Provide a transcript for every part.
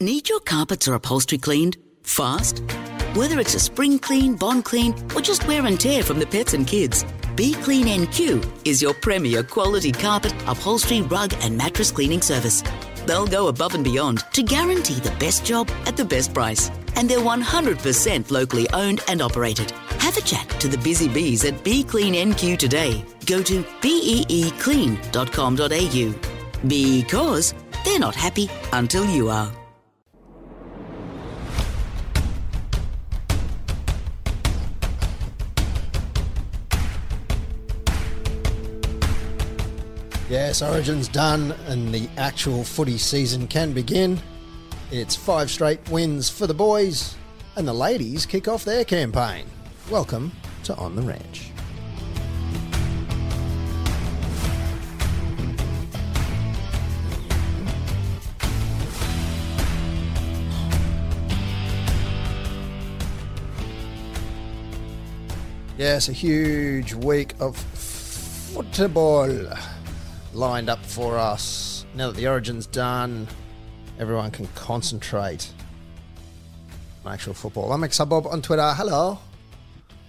Need your carpets or upholstery cleaned? Fast? Whether it's a spring clean, bond clean, or just wear and tear from the pets and kids, Be Clean NQ is your premier quality carpet, upholstery, rug, and mattress cleaning service. They'll go above and beyond to guarantee the best job at the best price. And they're 100% locally owned and operated. Have a chat to the busy bees at Be Clean NQ today. Go to beeclean.com.au because they're not happy until you are. Yes, Origin's done, and the actual footy season can begin. It's five straight wins for the boys, and the ladies kick off their campaign. Welcome to On the Ranch. Yes, a huge week of football lined up for us. Now that the origin's done, everyone can concentrate on actual football. I'm Xabob on Twitter. Hello.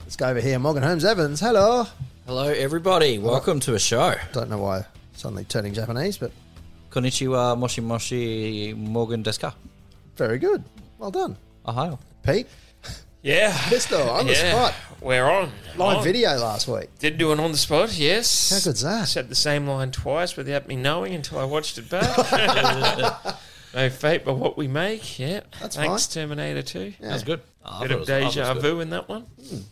Let's go over here. Morgan Holmes Evans. Hello. Hello, everybody. Welcome to a show. Don't know why suddenly turning Japanese, but Konnichiwa, moshi moshi, Morgan Deska. very good. Well done. Ohio. Pete, Yeah. Mister, on the spot. We're on. Live On. video last week. Did do an on the spot, yes. How good's that? Said the same line twice without me knowing until I watched it back. no fate but what we make, yeah. That's Thanks, Terminator 2. That was good. Oh, I Bit thought it of was- I thought it deja was good. vu in that one.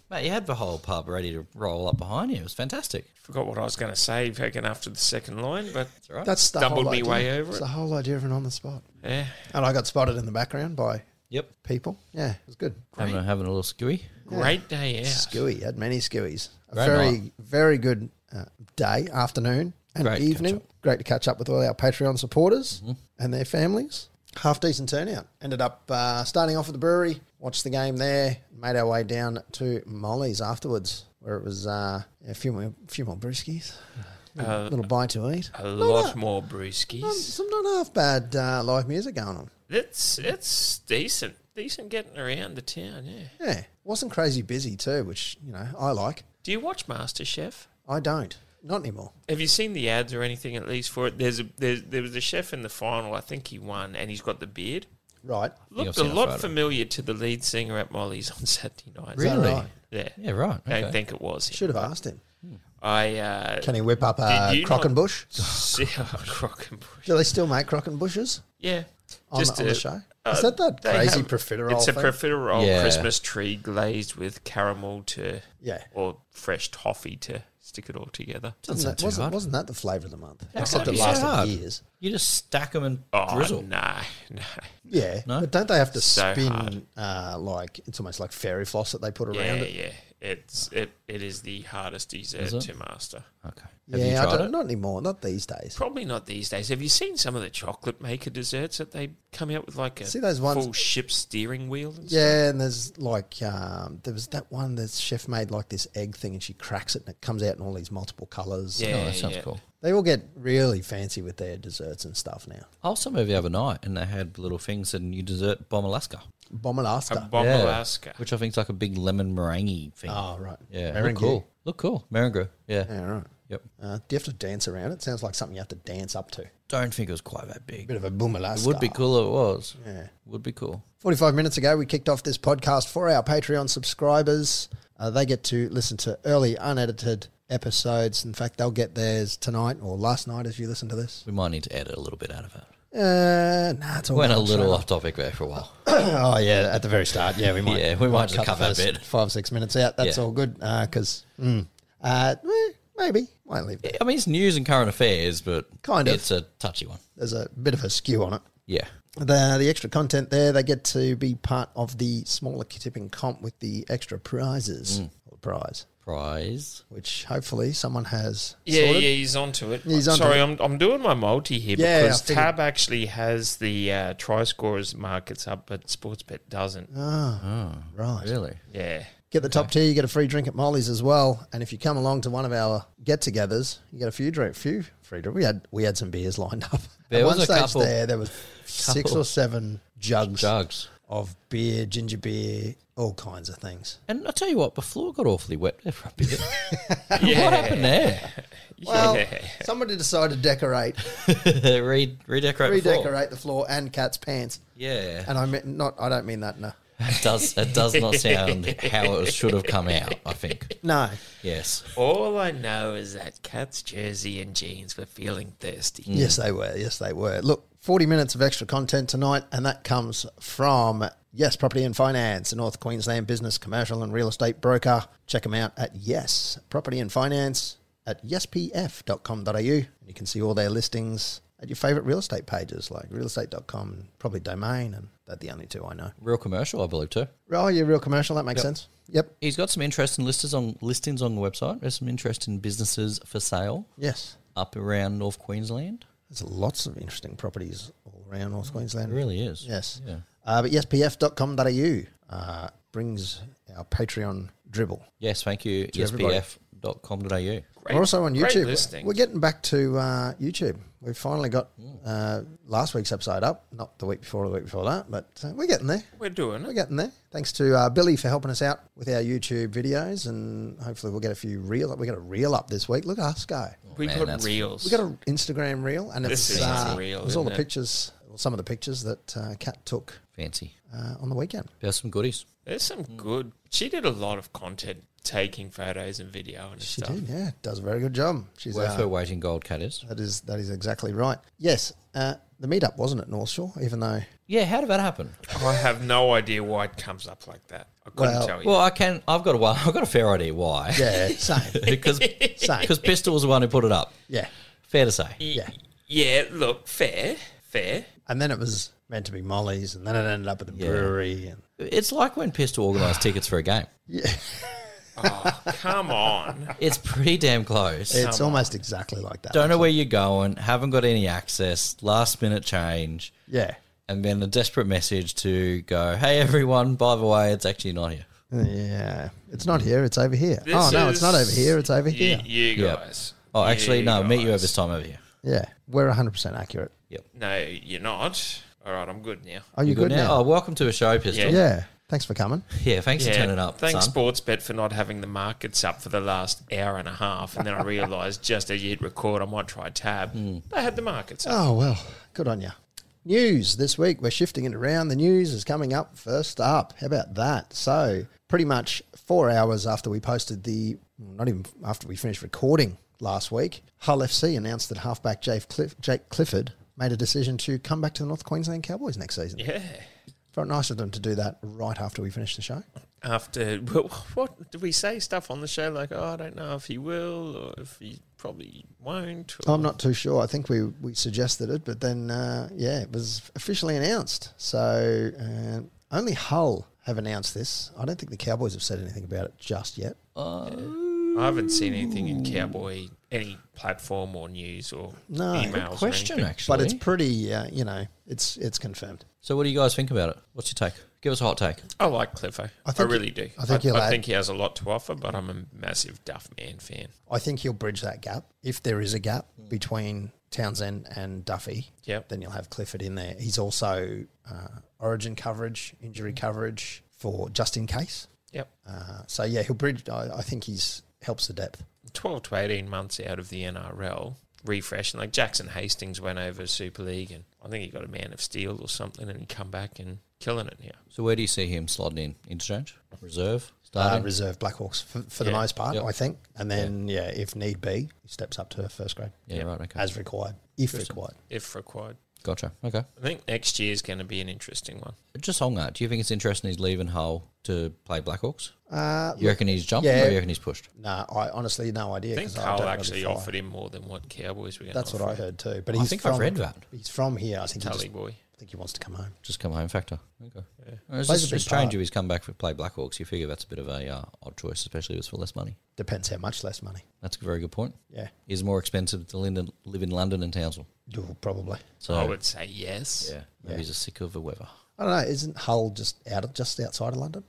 Mate, you had the whole pub ready to roll up behind you. It was fantastic. Forgot what I was going to say fucking after the second line, but It's all right. That's the Stumbled whole me idea. way over It's it. the whole idea of an on the spot. yeah. And I got spotted in the background by yep. people. Yeah, it was good. Having a, having a little skewy. Great day out. Skewy had many skewies. A Great very night. very good uh, day, afternoon, and Great to evening. catch Mm-hmm. Great to catch up with all our Patreon supporters and their families. Half decent turnout. Ended up uh, starting off at the brewery, watched the game there, made our way down to Molly's afterwards, where it was uh, a few more, few more brewskis, Uh, a little bite to eat. A lot that. more brewskis. Um, Some not half bad uh, live music going on. it's, it's decent. Decent getting around the town, yeah. Yeah, wasn't crazy busy too, which you know I like. Do you watch MasterChef? I don't, not anymore. Have you seen the ads or anything at least for it? There's a there's, there was a chef in the final. I think he won, and he's got the beard. Right, Looked I've a seen a lot photo. familiar to the lead singer at Molly's on Saturday night. Is that Really? right? Yeah. Yeah, right. Don't okay. think it was. him. should have asked him. I uh, Can he whip up a Did you not- Crockenbush? see oh, Crockenbush. Do they still make Crockenbushes Yeah. on, on the a- show? uh, Is that that they crazy have- profiterole It's a thing? profiterole Yeah. Christmas tree glazed with caramel to Yeah. or fresh toffee to stick it all together. Wasn't sound that, too wasn't, hard. wasn't that the flavour of the month? Except can't it be so lasted hard. years. You just stack them and Oh drizzle. no, no. Yeah, No? but don't they have to So spin hard. uh, like it's almost like fairy floss that they put Yeah, around it? yeah. It's it, it is the hardest dessert it? to master. Okay. Have Yeah, you I tried don't, it? Oh, not anymore. Not these days. Probably not these days. Have you seen some of the chocolate maker desserts that they come out with like a See those ones- full ship steering wheel? And stuff? Yeah, and there's like um, there was that one that chef made like this egg thing, and she cracks it, and it comes out in all these multiple colours. Yeah. Oh, that sounds yeah. cool. they all get really fancy with their desserts and stuff now. I was somewhere the other night and they had little things in you dessert bomb Alaska. Bomalasta. A bomb Yeah. Alaska. Which I think is like a big lemon meringue thing. oh right, yeah. Meringue. Look cool. Look cool. Meringue. Yeah. Yeah, right. Yep. Uh, do you have to dance around it? Sounds like something you have to dance up to. Don't think it was quite that big. Bit of a boomalasta. It would be cool if it was. Yeah. Would be cool. 45 minutes ago, we kicked off this podcast for our Patreon subscribers. Uh, they get to listen to early, unedited episodes. In fact, they'll get theirs tonight or last night if you listen to this. We might need to edit a little bit out of it. Uh, nah, it's all Went a gone, little so- off topic there for a while. Oh, yeah, at the very start. Yeah, we might. Yeah, we might just cut the that first bit. Five, six minutes out. That's Yeah. all good because, mm, uh, eh, maybe, might leave it. I mean, it's news and current affairs, but Kind of. It's a touchy one. There's a bit of a skew on it. Yeah. the the extra content there. They get to be part of the smaller tipping comp with the extra prizes Mm. or prize, Prize. which hopefully someone has. Yeah, sorted. yeah, he's onto it. He's onto Sorry, it. I'm, I'm doing my multi here Yeah, I because figured- Tab actually has the uh, try scorers markets up, but Sportsbet doesn't. right. Really? Yeah. Get the top tier. You get a free drink at Molly's as well. And if you come along to one of our get-togethers, you get a few drink, few free drink. We had we had some beers lined up. There at was one a stage couple. there, there was six Couple. or seven jugs, Jugs. of beer, ginger beer, all kinds of things. And I tell you what, before it got awfully wet there for a bit. Yeah. What happened there? Well, yeah. somebody decided to decorate, Re- redecorate. the floor. redecorate the floor and cat's pants, Yeah. and I mean not. I don't mean that. No, It does it does not sound how it should have come out, I think. no. Yes. All I know is that Cat's jersey and jeans were feeling thirsty. Yes, they were. Yes, they were. Look, 40 minutes of extra content tonight, and that comes from Yes Property and Finance, a North Queensland business, commercial, and real estate broker. Check them out at Yes Property and Finance at yespf.com.au. And you can see all their listings at your favourite real estate pages like realestate.com and probably Domain, and they're the only two I know. Real commercial, I believe too. Oh, you're real commercial. That makes sense. Yep. He's got some interesting listings on listings on the website. There's some interesting businesses for sale Yes. up around North Queensland. There's lots of interesting properties all around North Queensland. It really is. Yes. Yeah. Uh, but yespf.com.au uh, brings our Patreon dribble. Yes, thank you. everybody. ESPF.com.au. Great- We're also on great YouTube. listing. We're getting back to uh, YouTube. We've finally got uh, last week's episode up, not the week before or the week before that, but uh, we're getting there. We're doing We're it. getting there. Thanks to uh, Billy for helping us out with our YouTube videos, and hopefully we'll get a few reel. We got a reel up this week. Look at us go. We man, got that's- reels. We got an Instagram reel, and This it's is uh, unreal, it was all the isn't it? pictures, well, some of the pictures that uh, Kat took Fancy. uh, on the weekend. There's some goodies. There's some good. She did a lot of content, taking photos and video and She stuff. did, yeah. Does a very good job. She's Worth uh, her weight in gold cat is. That is that is exactly right. Yes, uh, the meetup wasn't at North Shore, even though Yeah, how did that happen? I have no idea why it comes up like that. I couldn't Well- tell you. Well, I can. I've got a. wa- I've got a fair idea why. yeah, same, because same, because Pistol was the one who put it up. yeah, Fair to say. yeah. yeah, look, fair, fair. And then it was meant to be Molly's, and then it ended up at the Yeah. brewery. And It's like when Pistol organised tickets for a game. Come Oh, on. It's pretty damn close. it's almost exactly like that. Don't know where you're going. Haven't got any access. Last minute change, yeah, and then a desperate message to go. Hey everyone, by the way, it's actually not here. yeah. It's not here. It's over here. This oh no, is- it's not over here. It's over Y- here. You Yep. guys. Oh, actually, no. Meet you over guys. this time over here. Yeah, we're hundred percent accurate. No, you're not. All right, I'm good now. Are you, good, now? Oh, welcome to a show, Pistol. Yeah. Yeah. yeah. Thanks for coming. thanks for turning up. Thanks, son. Sportsbet, for not having the markets up for the last hour and a half. And then I realised just as you hit record, I might try tab. Hmm. They had the markets up. Oh, well, good on you. News this week, we're shifting it around. The news is coming up first up. How about that? So, pretty much four hours after we posted the, not even after we finished recording last week, Hull FC announced that halfback Jake, Cliff, Jake Clifford made a decision to come back to the North Queensland Cowboys next season. Yeah. Felt nice of them to do that right after we finished the show. After what did we say stuff on the show like, oh, I don't know if he will or if he probably won't. Or, I'm not too sure. I think we, we suggested it, but then, uh, yeah, it was officially announced. So uh, only Hull have announced this. I don't think the Cowboys have said anything about it just yet. I haven't seen anything in Cowboy, any platform or news or No. Good emails. or Question anything. actually. But it's pretty, uh, you know, it's it's confirmed. so, what do you guys think about it? What's your take? Give us a hot take. I like Cliffo. I, think- really do. I think you'll I, add- think he has a lot to offer, but I'm a massive Duff Man fan. I think he'll bridge that gap. If there is a gap between Townsend and Duffy, Yep. then you'll have Clifford in there. He's also uh, origin coverage, injury coverage for just in case. Yep. Uh, so, yeah, he'll bridge. I, I think he's helps the depth. 12 to 18 months out of the NRL, refreshing. Like Jackson Hastings went over Super League, and I think he got a Man of Steel or something, and he come back and killing it now. So, where do you see him slotting in? Interchange, reserve, uh, starting. reserve Blackhawks for, for the Yeah. most part, Yep. I think. And then, yeah. if need be, he steps up to first grade yeah, right. Okay, as required, if required. If required, gotcha. Okay. I think next year is going to be an interesting one. Just on that, do you think it's interesting he's leaving Hull to play Blackhawks? Uh, You reckon he's jumping yeah. or you reckon he's pushed? no, I honestly no idea. I think 'cause I Carl don't actually really follow. offered him more than what Cowboys were going That's to what offer. I heard too. But I he's think from, I've read that. He's from here. I think he, just, Tully boy. I think he wants to come home. Just come home factor. Okay. It's Plays a just big it's strange part. if he's come back for play Blackhawks. You figure that's a bit of a uh, odd choice, especially if it's for less money. Depends how much less money. That's a very good point. Yeah, Is more expensive to live in, live in London and Townsville. You'll probably. So Oh, I would say yes. yeah, maybe he's just sick of the weather. I don't know. Isn't Hull just out of, just outside of London?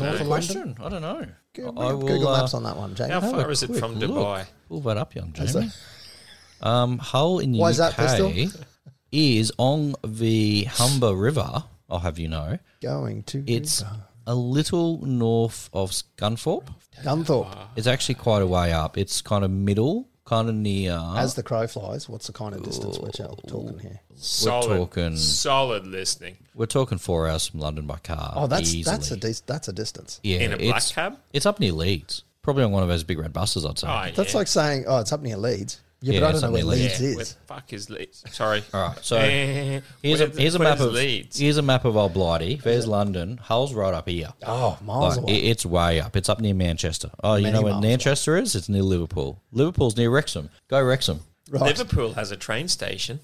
north another of London? question. I don't know. Go- I will, Google uh, Maps on that one, James. How have a far is it quick from look. Dubai? Pull that up, young Is that- Jamie. Um, Hull in the Why UK. is that, Pistol? is on the Humber River, I'll have you know. Going to It's a little north of Scunthorpe. Gunthorpe. It's actually quite a way up. It's kind of middle, kind of near. As the crow flies, what's the kind of distance we're tal- talking here? Solid, talking- solid listening we're talking four hours from London by car. Oh, that's that's a easily. de- that's a distance. yeah, in a black it's, cab. It's up near Leeds. Probably on one of those big red buses, I'd say. Oh, yeah. That's like saying, oh, it's up near Leeds. Yeah, Yeah, but I don't it's know up where near Leeds Leeds. yeah, where is. the fuck is Leeds? Sorry. All right, so Eh, Here's where a the- here's a where map is of Leeds. here's a map of Old Blighty. There's London. Hull's right up here. Oh, miles Like, away. it- it's way up. It's up near Manchester. Oh, you Many know where miles Manchester is? It's near Liverpool. Liverpool's near Wrexham. Go Wrexham. right. Liverpool has a train station.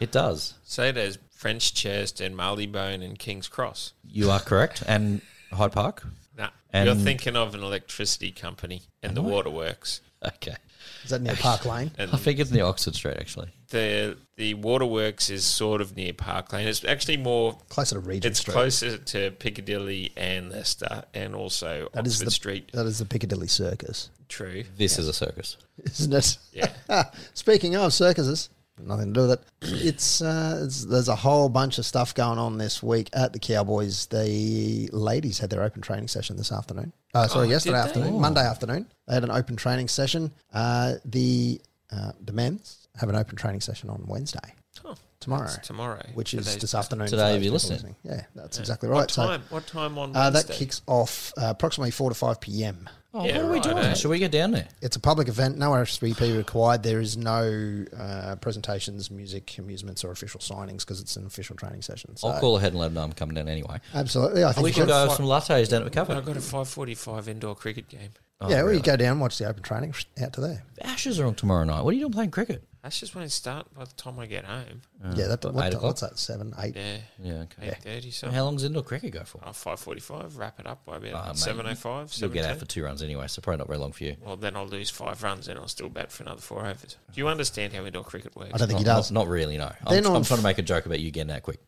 It does. Say there's French Church and Marylebone and King's Cross. You are correct. And Hyde Park. Nah, you're And- thinking of an electricity company and the waterworks. Okay. Is that near Park Lane? And I think it's near Oxford Street actually. the the waterworks is sort of near Park Lane. It's actually more. Closer to Regent It's Street. closer to Piccadilly and Leicester, and also That is Oxford the Street. That is the Piccadilly Circus, True. This is a circus. isn't it? Yeah. Speaking of circuses, nothing to do with it. It's, uh, it's there's a whole bunch of stuff going on this week at the Cowboys. The ladies had their open training session this afternoon. Uh, sorry, yesterday Oh, did they? afternoon, Monday afternoon. They had an open training session. Uh, the uh, the men's have an open training session on Wednesday Oh, tomorrow, that's tomorrow. which For is those- this afternoon. Today, for if those you're people listening. yeah, that's exactly right. What So, time? what time on uh, that Wednesday? kicks off uh, approximately four to five p.m. Oh, Yeah, what are we right, doing? eh? Should we get down there? It's a public event, no RSVP required. There is no uh, presentations, music, amusements, or official signings because it's an official training session. So. I'll call ahead and let them know I'm coming down anyway. Absolutely, I think Oh, We you can should. go have some lattes down at the cover. I've got a five forty-five indoor cricket game. yeah, Oh, well, you go down, watch the open training, out to there. Ashes are on tomorrow night. What are you doing playing cricket? That's just when it starts. By the time I get home, yeah, that, what, eight ti- o'clock? what's that? Seven, eight. yeah, Yeah, okay. eight thirty something. How long's indoor cricket go for? Oh, 5.45, wrap it up Ah, by about mate, seven oh five. You'll get out 7:10. for two runs anyway, so probably not very long for you. Well, then I'll lose five runs and I'll still bat for another four overs. Do you understand how indoor cricket works? I don't think Oh, Not, he does. not, not really, no. I'm, Then on I'm trying f- to make a joke about you getting out quick.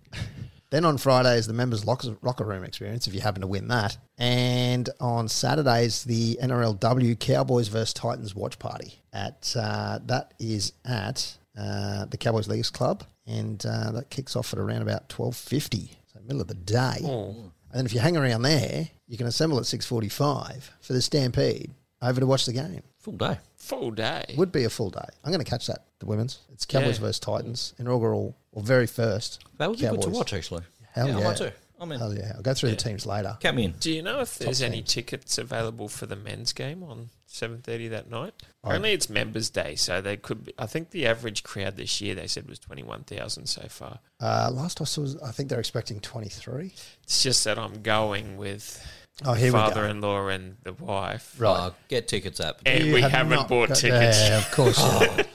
Then on Fridays, the members' locker, locker room experience, if you happen to win that. And on Saturdays, the NRLW Cowboys versus Titans watch party. At uh, That is at uh, the Cowboys Leagues Club, and uh, that kicks off at around about 12.50, so middle of the day. Oh. And then if you hang around there, you can assemble at 6.45 for the Stampede over to watch the game. Full day. Full day. Would be a full day. I'm going to catch that, the women's. It's Cowboys Yeah. versus Titans, inaugural, or very first. That would be good to Cowboys. watch, actually. Hell yeah, I yeah. might too. I'm in. Hell yeah. I'll go through the teams later. Count me in. Do you know if there's any tickets available for the men's game on 7.30 that night? Apparently it's Members Day, so they could be, I think the average crowd this year they said was 21,000 so far. Uh, last I saw, I think they're expecting 23. It's just that I'm going with Oh, here we go. father-in-law and the wife. Right. get tickets up. And You we have haven't not bought got- tickets. Yeah, of course. you haven't.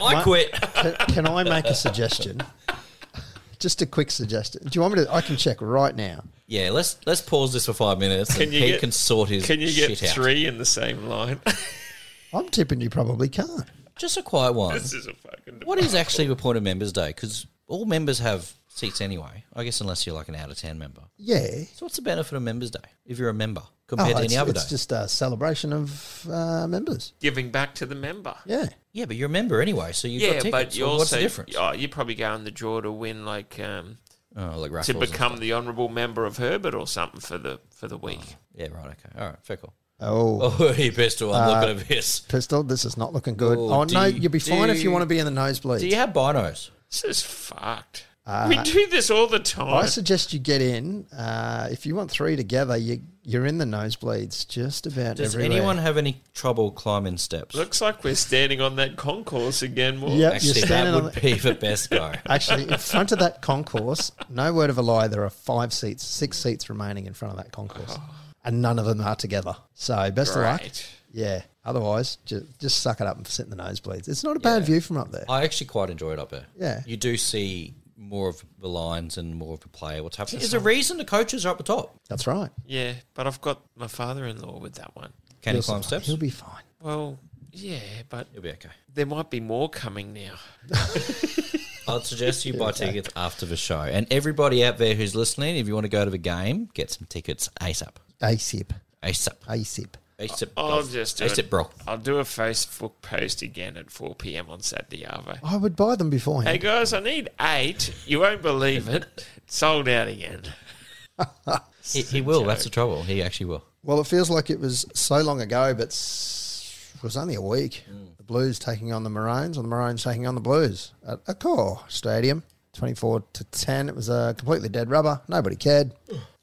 I quit. can, can I make a suggestion? Just a quick suggestion. Do you want me to? I can check right now. yeah, let's let's pause this for five minutes Can and you he get- can sort his Can you get shit out. three in the same line? I'm tipping you probably can't. Just a quiet one. this is a fucking What is actually the point of Members Day? Because all members have seats anyway. I guess unless you're like an out of town member. Yeah. So what's the benefit of Members Day if you're a member Oh, compared to it's, any other it's day? just a celebration of uh, members. giving back to the member. Yeah. yeah, but you're a member anyway, so you've got Yeah, tickets. but you So also what's the difference? Oh, you probably go in the draw to win like um, Oh, like to raffles and become the honourable member of Herbert or something for the for the week. Yeah, right. Okay. All right. Fair call. Oh, Oh, he pistol. I'm Uh, looking at this. pistol. This is not looking good. Oh, Oh, do no, you- you, will be do fine if you you- want to be in the nosebleeds. Do you have binos? This is fucked. we do this all the time. Uh, I suggest you get in. Uh, if you want three together, you, you're in the nosebleeds just about Does everywhere. anyone have any trouble climbing steps? Looks like we're standing on that concourse again. More. Yep. you're Actually, standing that on would the- be the best go. Actually, in front of that concourse, no word of a lie, there are five seats, six seats remaining in front of that concourse. And none of them are together. So best of luck. Great. Yeah. Otherwise, ju- just suck it up and sit in the nosebleeds. It's not a bad view from up there. I actually quite enjoy it up there. Yeah. You do see more of the lines and more of the player. What's happening? There's a reason the coaches are up the top. That's right. Yeah, but I've got my father-in-law with that one. Can you He'll climb survive. steps? He'll be fine. Well, yeah, but It'll be okay. there might be more coming now. I'd suggest you buy tickets after the show. And everybody out there who's listening, if you want to go to the game, get some tickets ASAP. ASIP. ASAP. ASIP. Except I'll just do except it. Brock. I'll do a Facebook post again at 4 p.m. on Saturday Arvo. I would buy them beforehand. Hey guys, I need eight. You won't believe it. Sold out again. He, he will. That's the trouble. He actually will. Well, it feels like it was so long ago, but s- it was only a week. The Blues taking on the Maroons, and the Maroons taking on the Blues at Accor Stadium, twenty-four to ten. It was a completely dead rubber. Nobody cared.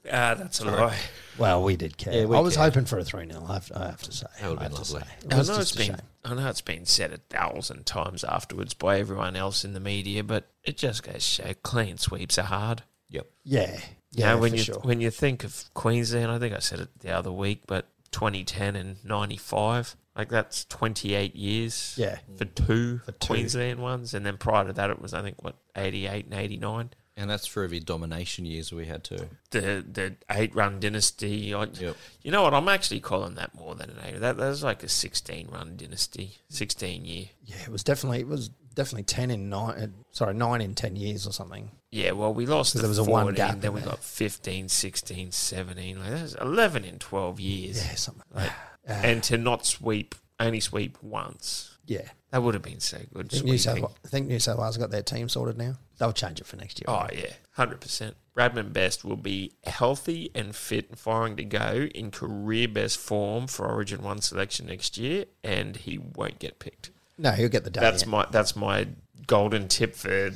Ah, that's a lie. Well, we did care. Yeah, we I was cared. hoping for a three 0 I have, I have to say. That would've I have been to lovely. say. It I was know it's just a been shame. I know it's been said a thousand times afterwards by everyone else in the media, but it just goes to show clean sweeps are hard. Yep. Yeah, You yeah, know, when for you sure. when you think of Queensland, I think I said it the other week, but 2010 and 95, like that's 28 years. Yeah. for two two. Queensland ones, and then prior to that, it was I think what 88 and 89. And that's for every domination years we had too. The the eight run dynasty. I, Yep. You know what? I'm actually calling that more than an eight. That that's like a 16 run dynasty, 16 year. yeah, it was definitely it was definitely ten in nine. uh, Sorry, nine in ten years or something. Yeah, well, we lost the there was a 14, one gap in then we there. got 15, 16, 17. Like that's 11 in 12 years. Yeah, something. Uh, And to not sweep, only sweep once. Yeah, That would have been so good. I think, New South, sweeping. I think New South Wales got their team sorted now. They'll change it for next year. Oh yeah, hundred percent. Bradman Best will be healthy and fit and firing to go in career best form for Origin One selection next year, and he won't get picked. No, he'll get the day. That's my that's my golden tip for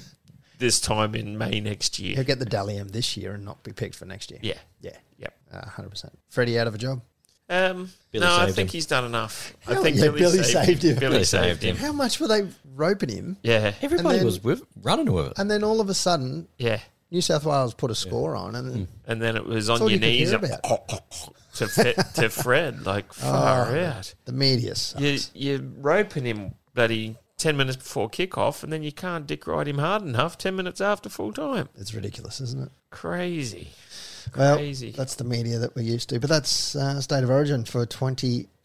this time in May next He'll year. get the Dalium this year and not be picked for next year. Yeah, Yeah. yep. Uh, 100%. Freddie out of a job. Um, Billy no, I saved think him. he's done enough. I Hell think yeah, Billy saved him. Billy, Billy saved saved him. How much were they roping him? Yeah, Everybody then- was with, running with it. And then all of a sudden, yeah. New South Wales put a score on. And then, And then it was Mm. on all your you could hear Oh. knees up- about. to Fe- to Fred, like far out. the media sucked. you you're roping him bloody ten minutes before kickoff, and then you can't dick ride him hard enough ten minutes after full time. It's ridiculous, isn't it? Crazy, Well, crazy. that's the media that we're used to. But that's uh, State of Origin for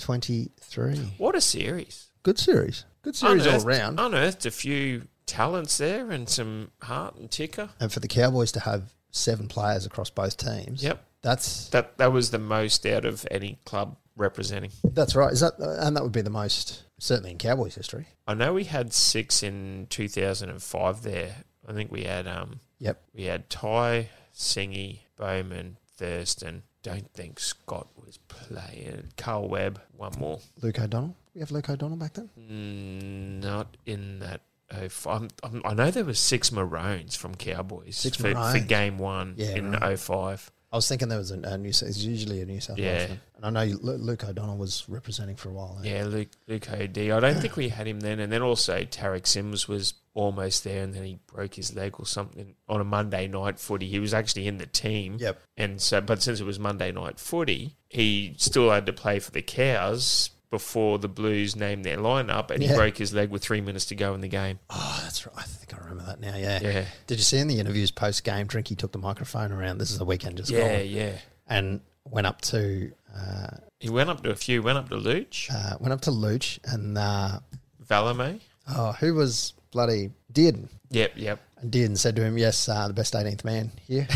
2023. what a series! Good series. Good series all Unearthed- round. Unearthed a few talents there and some heart and ticker. And for the Cowboys to have seven players across both teams. Yep. That's That that was the most out of any club representing. that's right. Is that and that would be the most certainly in Cowboys history. I know we had six in two thousand and five. There, I think we had um Yep. we had Ty, Singy, Bowman, Thurston. Don't think Scott was playing. Carl Webb, one more. Luke O'Donnell. We have Luke O'Donnell back then. Mm, Not in that. Oh, I'm, I'm, I know there was six Maroons from Cowboys Six for, for Maroons. game one Yeah, in right. 05. I was thinking there was a, a new. It's usually a New South Yeah. Welshman. and I know Lu- Luke O'Donnell was representing for a while. eh? Yeah, Luke Luke Od. I don't think we had him then, and then also Tarek Sims was almost there, and then he broke his leg or something on a Monday night footy. He was actually in the team. Yep. And so, but since it was Monday night footy, he still had to play for the Cows before the Blues named their lineup, and Yeah. he broke his leg with three minutes to go in the game. Oh, that's right. I think I remember that now. Yeah. Yeah. Did you see in the interviews post game? Drinky took the microphone around. This is the weekend just Yeah, gone, yeah. and went up to uh, He went up to a few. Went up to Luch, uh, went up to Luch and uh, Valame. oh, who was bloody Dearden? Yep, yep. And Dearden said to him, "Yes, uh, the best 18th man here."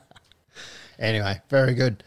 anyway, very good.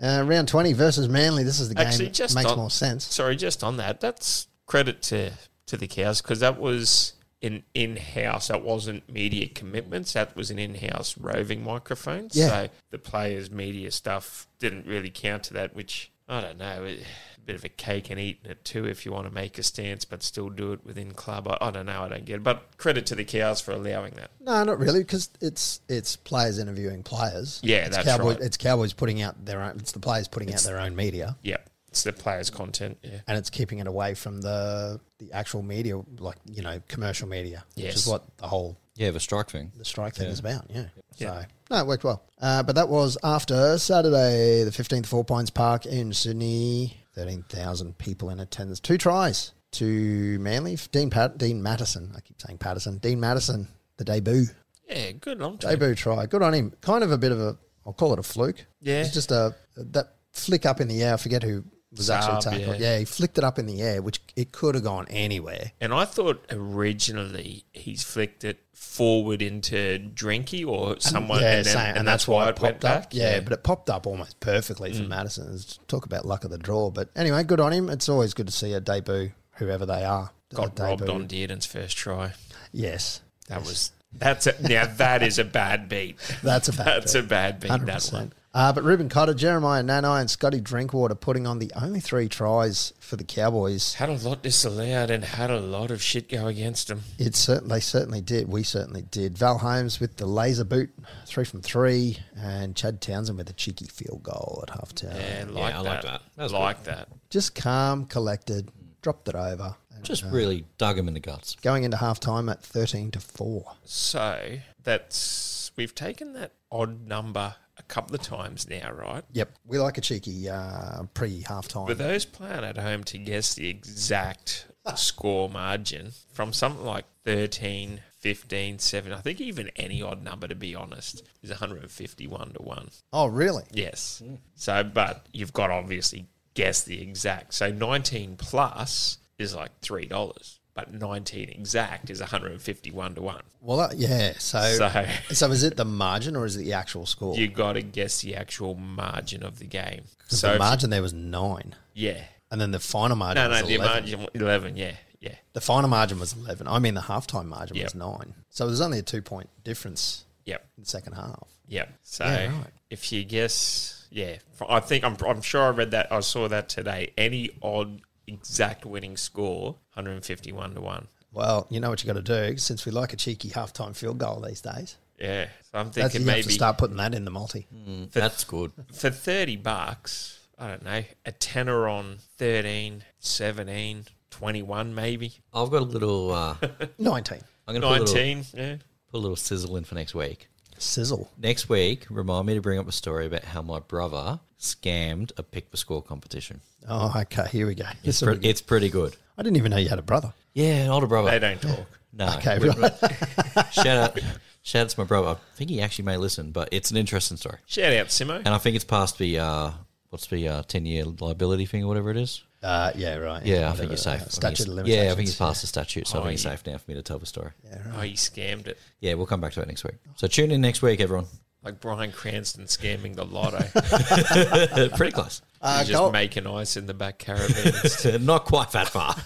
Uh, round 20 versus Manly. This is the game Actually, that just makes on- more sense. Sorry, just on that. That's credit to to the cows because that was an in house. That wasn't media commitments. That was an in house roving microphone. Yeah. So the players' media stuff didn't really count to that. Which I don't know. It, a bit of a cake and eating it too if you want to make a stance but still do it within club. I, I don't know. I don't get it. But credit to the cows for allowing that. No, not really, because it's it's players interviewing players. Yeah, it's that's Cowboys, right. It's Cowboys putting out their own. It's the players putting out their own media, Yep. It's the players' content. Yeah. and it's keeping it away from the the actual media, like you know, commercial media, which Yes. is what the whole Yeah, the strike thing. the strike thing is about. Yeah. Yeah. So no, it worked well. Uh, but that was after Saturday, the fifteenth, Four Pines Park in Sydney. Thirteen thousand people in attendance. Two tries to Manly. Dean Pat- Dean Mattison. I keep saying Patterson. Dean Mattison, the debut Yeah. Good long time. debut try. Good on him. Kind of a bit of a. I'll call it a fluke. Yeah. It's just a that flick up in the air. I forget who was actually Saab, tackled. yeah. Yeah. he flicked it up in the air, which it could have gone anywhere. And I thought originally he's flicked it forward into Drinky or someone, yeah, and, then, same, and, that's why it went popped back. Mm. up. Yeah, but it popped up almost perfectly for Madison. It's- Talk about luck of the draw. But anyway, good on him. It's always good to see a debut, whoever they are. got A robbed debut. on Dearden's first try. Yes, That was that's a, now that is a bad beat. that's a bad. That's pick. a bad beat. That 100%. one. Uh, but Ruben Cotter, Jeremiah Nanai, and Scotty Drinkwater putting on the only three tries for the Cowboys. Had a lot disallowed and had a lot of shit go against him. It cer- they certainly did. We certainly did. Val Holmes with the laser boot, three from three, and Chad Townsend with a cheeky field goal at half time. Yeah, like I that. like that. That was like that. Just calm, collected, dropped it over. Just really dug him in the guts. Going into half time at 13 to 4. So that's we've taken that odd number a couple of times now, right? Yep. We like a cheeky uh, pre half For time. those playing at home to guess the exact score margin from something like 13, 15, 7, I think even any odd number to be honest, is 151 to 1. Oh, really? Yes. So, but you've got to obviously guess the exact. So 19 plus is like $3, but 19 exact is 151 to 1. Well, uh, yeah. So, so, So is it the margin or is it the actual score? you got to guess the actual margin of the game. 'Cause So, the if- margin there was nine. yeah. And then the final margin No, was no, the 11. margin 11, yeah. Yeah. The final margin was 11. I mean, the halftime margin Yep. was 9. So there's only a two point difference Yep. in the second half. Yep. So Yeah, right. if you guess, yeah, f- I think I'm, I'm sure I read that. I saw that today. Any odd exact winning score, 151 to 1. Well, you know what you got to do since we like a cheeky halftime field goal these days. Yeah. So I'm That's, thinking you have to maybe Hmm. start putting that in the multi. That's good. for 30 bucks, I don't know, a tenner on 13, 17, 21 maybe, I've got a little. Uh, 19. I'm going to put a little, 19, yeah. put a little sizzle in for next week. Sizzle. Next week, remind me to bring up a story about how my brother scammed a pick for score competition. Oh, okay. Here we go. It's, This will pre- be good. it's pretty good. I didn't even know you had a brother. Yeah, an older brother. They don't talk. No. Okay. We- right. shout out shout out to my brother. I think he actually may listen, but it's an interesting story. Shout out Simo. And I think it's past the uh what's the uh ten year liability thing or whatever it is. Uh, yeah, right. Yeah, I Whatever. uh, think you're safe. I think Statute of it's- limitations. Oh, Yeah, I think it's past the statute, so I think it's safe now for me to tell the story. Yeah. Oh, he scammed it. we'll come back to it next week. So tune in next week, everyone. Like Brian Cranston scamming the lotto. Pretty close. Uh, He's just goal, making ice in the back caravan. Not quite that far.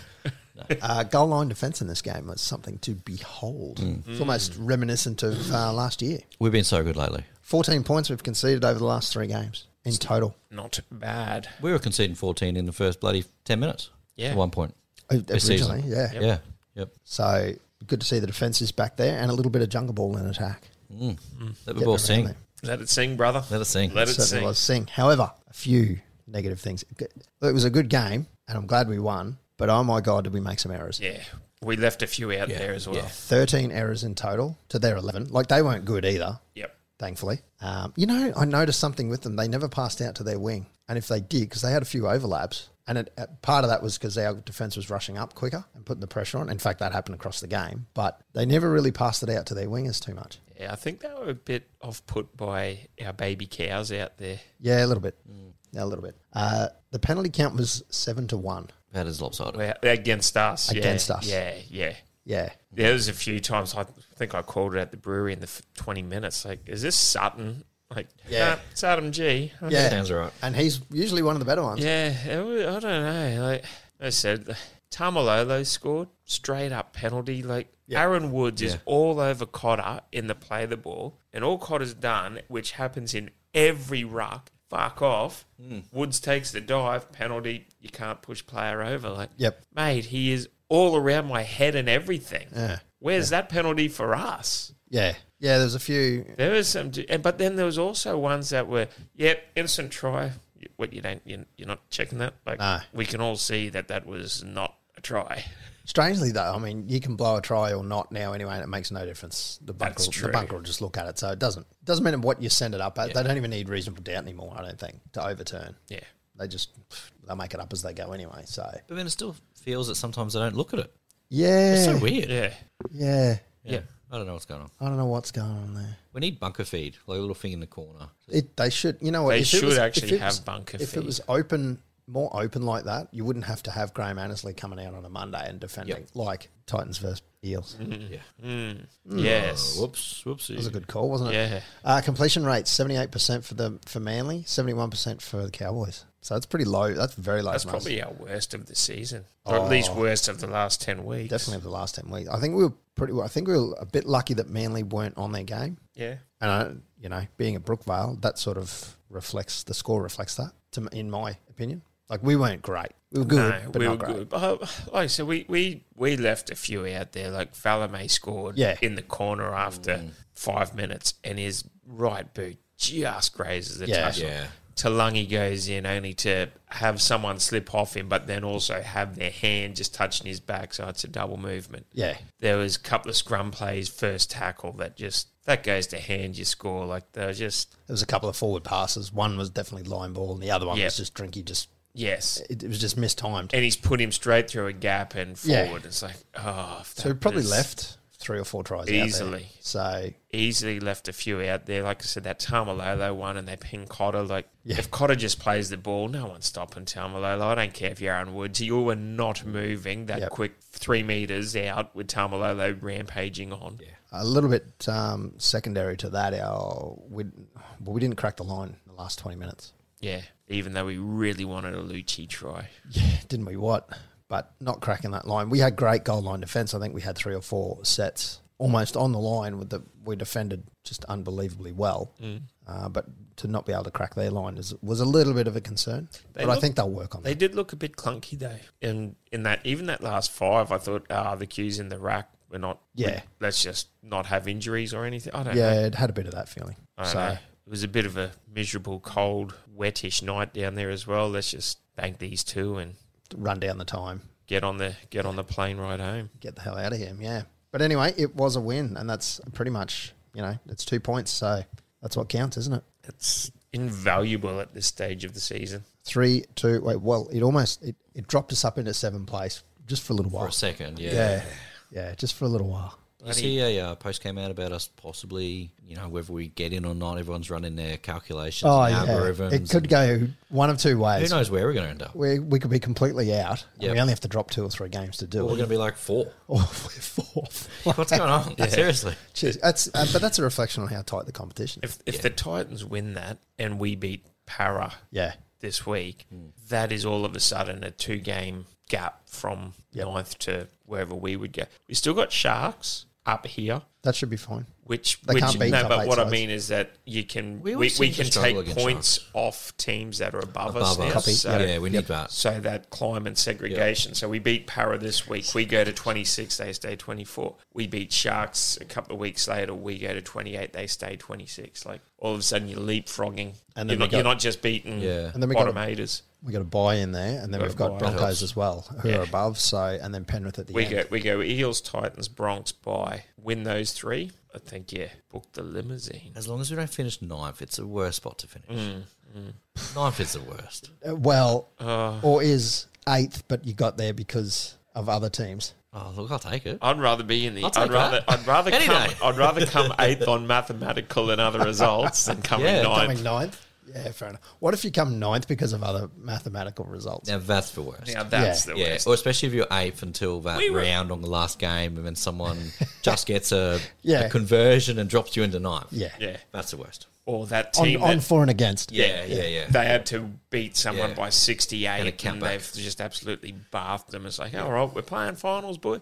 uh, goal line defense in this game was something to behold. Hmm. It's almost reminiscent of uh, last year. We've been so good lately. 14 points we've conceded over the last three games in total. Not bad. We were conceding fourteen in the first bloody ten minutes. Yeah. At one point. This Originally, season. yeah. Yeah. Yep. So good to see the defence is back there and a little bit of jungle ball in attack. Let the ball Getting around sing. there. Let it sing, brother. Let it sing. Let it Certainly sing. was seeing. However, a few negative things. It was a good game and I'm glad we won, but oh my God, did we make some errors? Yeah. We left a few out there as well. 13 errors in total to their 11. Like they weren't good either, Yep. thankfully. Um, you know, I noticed something with them. They never passed out to their wing. And if they did, because they had a few overlaps, and it, uh, part of that was because our defence was rushing up quicker and putting the pressure on. In fact, that happened across the game, but they never really passed it out to their wingers too much. Yeah, I think they were a bit off put by our baby cows out there. Yeah, a little bit. Mm. Yeah, a little bit. Uh, the penalty count was seven to one. That is lopsided. Well, Against us. yeah, Against us. Yeah, yeah. Yeah. Yeah, there was a few times I think I called it at the brewery in the f- 20 minutes. Like, is this Sutton? Like, yeah, Yeah. nah, Sutton G. Yeah. Sounds all right. And he's usually one of the better ones. Yeah, it wa- I don't know. Like I said, Tamalolo scored straight up penalty. Like Aaron Woods is Yeah. all over Cotter in the play of the ball, and all Cotter's done, which happens in every ruck. Fuck off. Hmm. Woods takes the dive penalty. You can't push player over. Like, Yep. mate, he is all around my head and everything. Yeah. Where's that penalty for us? Yeah. Yeah, there's a few. There was some, and but then there was also ones that were, yep, innocent try. You- What you don't, you- you're not checking that. Like No. we can all see that that was not a try. Strangely though, I mean, you can blow a try or not now anyway, and it makes no difference. The bunker, That's will, true. the bunker will just look at it, so it doesn't doesn't matter what you send it up at. They don't even need reasonable doubt anymore. I don't think to overturn. Yeah, They just they make it up as they go anyway. So But then it still feels that sometimes I don't look at it. yeah, It's so weird. yeah, yeah. Yeah. I don't know what's going on. I don't know what's going on there. We need bunker feed, like a little thing in the corner. It, they should, you know what? They if it should was- actually if it have was- bunker If feed. it was open more open like that, you wouldn't have to have Graham Annesley coming out on a Monday and defending Yep. like Titans versus Eels. Yeah. Mm-hmm. Mm. Hmm. Oh, Yes. Oh, Whoops. Whoopsie. That was a good call, wasn't it? Yeah. Uh, completion rate seventy eight percent for the for Manly, seventy one percent for the Cowboys. So that's pretty low. That's very low. That's for us. probably our worst of the season, or at least worst of the last ten weeks. Oh. definitely over the last ten weeks. I think we were pretty. I think we were a bit lucky that Manly weren't on their game. Yeah. And I, you know, being at Brookvale, that sort of reflects the score reflects that, to, m- in my opinion. Like we weren't great. We were good, no, but we not were great. good. Uh, like I said, we, we, we left a few out there. Like Valame scored Yeah. Mm. in the corner after five minutes, and his right boot just grazes the Yeah. touch. Yeah. Talungi goes in only to have someone slip off him, but then also have their hand just touching his back, so it's a double movement. Yeah, There was a couple of scrum plays, first tackle that just that goes to hand you score. Like they were just there was a couple of forward passes. One was definitely line ball, and the other one Yep. was just drinky. Just yes, it, it was just mistimed. and he's put him straight through a gap and Yeah. forward. It's like oh, if So we that probably was- left three or four tries out there. Easily. So easily left a few out there. Like I said, that Tamalolo one and that pin Cotter. Like Yeah. if Cotter just plays the ball, no one's stopping Tamalolo. I don't care if you're Aaron Woods. You were not moving that Yep. quick three meters out with Tamalolo rampaging on. a little bit um, secondary to that, our we well, we didn't crack the line in the last twenty minutes. Yeah. Even though we really wanted a Lucci try. Yeah, didn't we? What? But not cracking that line. We had great goal line defense. I think we had three or four sets almost on the line with the we defended just unbelievably well. Mm. Uh, but to not be able to crack their line is, was a little bit of a concern. but I look- think they'll work on They that. did look a bit clunky though. In in that even that last five, I thought, ah, the cues in the rack were not Yeah. Let's just not have injuries or anything. I don't know. Yeah, it had a bit of that feeling. I don't So know. It was a bit of a miserable, cold, wettish night down there as well. Let's just bank these two and run down the time, get on the get on the plane right home. get the hell out of here. Yeah. But anyway, it was a win, and that's pretty much you know it's two points, so that's what counts, isn't it? It's invaluable at this stage of the season. Three, two, wait, well, it almost it, it dropped us up into seventh place just for a little while. For a second. Yeah. Yeah, yeah, just for a little while. You see, a uh, post came out about us possibly, you know, whether we get in or not. Everyone's running their calculations, Oh, and yeah. algorithms. It could and go one of two Who ways. knows where we're going to end up? We, we could be completely out. and Yep. We only have to drop two or three games to do We're it. going to be like four. or we're fourth. What's going on? Seriously. Jeez, that's uh, but that's a reflection on how tight the competition. Is. If if the Titans win that and we beat Para Yeah, this week, that is all of a sudden a two game gap from ninth to wherever we would go. We still got Sharks up here. that should be fine. Which, They which can't beat no, top but eight what I sides. mean is that you can We we, always we, seem to can struggle take against points off teams that are above, us Above now. us. So, Yeah, we need that. so that climb and segregation. So we beat Para this week. We go to 26. They stay 24. We beat Sharks a couple of weeks later. We go to 28. They stay 26. Like all of a sudden you're leapfrogging. And then And we you're, not, got- you're not just beating Yeah. And then we got bottom a- eighters. We got a buy in there, and then Got we've a got bye. Broncos as well, who are Yeah. above. So and then Penrith at the We end. go we go Eels, Titans, Bronx, by win those three. I think yeah, book the limousine. As long as we don't finish ninth, it's the worst spot to finish. Ninth is the worst. Uh, well, or is eighth, but you got there because of other teams. Oh, look, I'll take it. I'd rather be in the. I'll I'd take rather. that. I'd rather Any come. day. I'd rather come eighth on mathematical and other results than coming Yeah, ninth. Coming ninth. Yeah, fair enough. What if you come ninth because of other mathematical results? Now, that's the worst. now that's Yeah. the Yeah, worst. or especially if you're eighth until that We were- round on the last game, and then someone just gets a, Yeah. a conversion and drops you into ninth. Yeah. Yeah, that's the worst. or that On, team on that for and against. Yeah, yeah, yeah. they had to beat someone Yeah. by And a sixty-eight, and, countback. they've just absolutely bathed them. It's like, all right, we're playing finals, boy.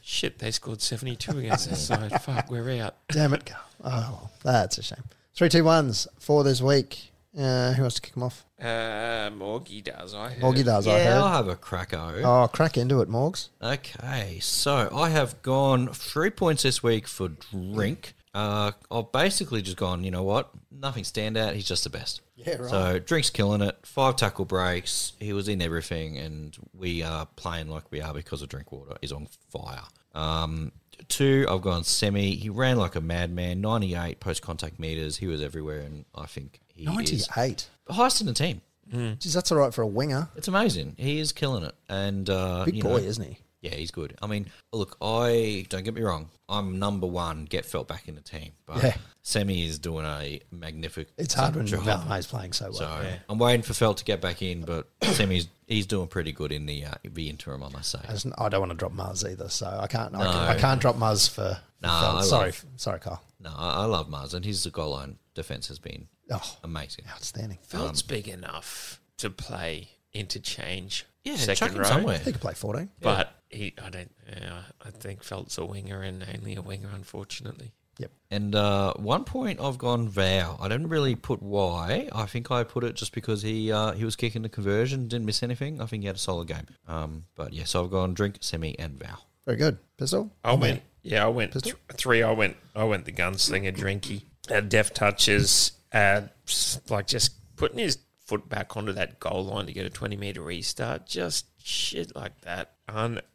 Shit, they scored seventy-two against us. So fuck, we're out. Damn it, Carl. Oh, that's a shame. Three, two, ones for this week. Uh, who wants to kick them off? Uh, Morgie does. I heard. Morgie does, I yeah, I'll heard. have a cracko. Oh, crack into it, Morgs. Okay, so I have gone three points this week for drink. Uh, I've basically just gone, you know what? Nothing standout. He's just the best. Yeah, right. So drink's killing it. Five tackle breaks. He was in everything, and we are playing like we are because of drink water is on fire. Um, two, I've gone semi. He ran like a madman. Ninety-eight post contact meters. He was everywhere, and I think he is 98. highest in the team. Hmm. Jeez, that's all right for a winger. It's amazing. He is killing it, and uh, Big you boy, know, isn't he? yeah, he's good. I mean, look, I don't get me wrong. I'm number one. Get felt back in the team, but Yeah. Semi is doing a magnificent. It's hard when job. Valme's playing so well. So I'm waiting for Felt to get back in, but Semi's he's doing pretty good in the uh, the interim, I must say. I, just, I don't want to drop Muzz either, so I can't. I, No. can't, I can't drop Muzz for. for No, Feld. I sorry, love- sorry, Carl. No, I, I love Mars, and his goal line defense has been Oh, amazing. outstanding. Felt's big enough to play interchange. Yeah, chuck second him row, somewhere. He could play fourteen. But he, I don't. Yeah, I think Felt's a winger and only a winger, unfortunately. Yep. And uh, one point I've gone Vow. I didn't really put why. I think I put it just because he uh, he was kicking the conversion, didn't miss anything. I think he had a solid game. Um, but yeah, so I've gone Drink, Semi, and Vow. Very good. Pistol. I went. Yeah, I went th- three. I went. I went the gunslinger drinky. Uh, def touches. Uh, s- like just putting his foot back onto that goal line to get a twenty meter restart. Just shit like that.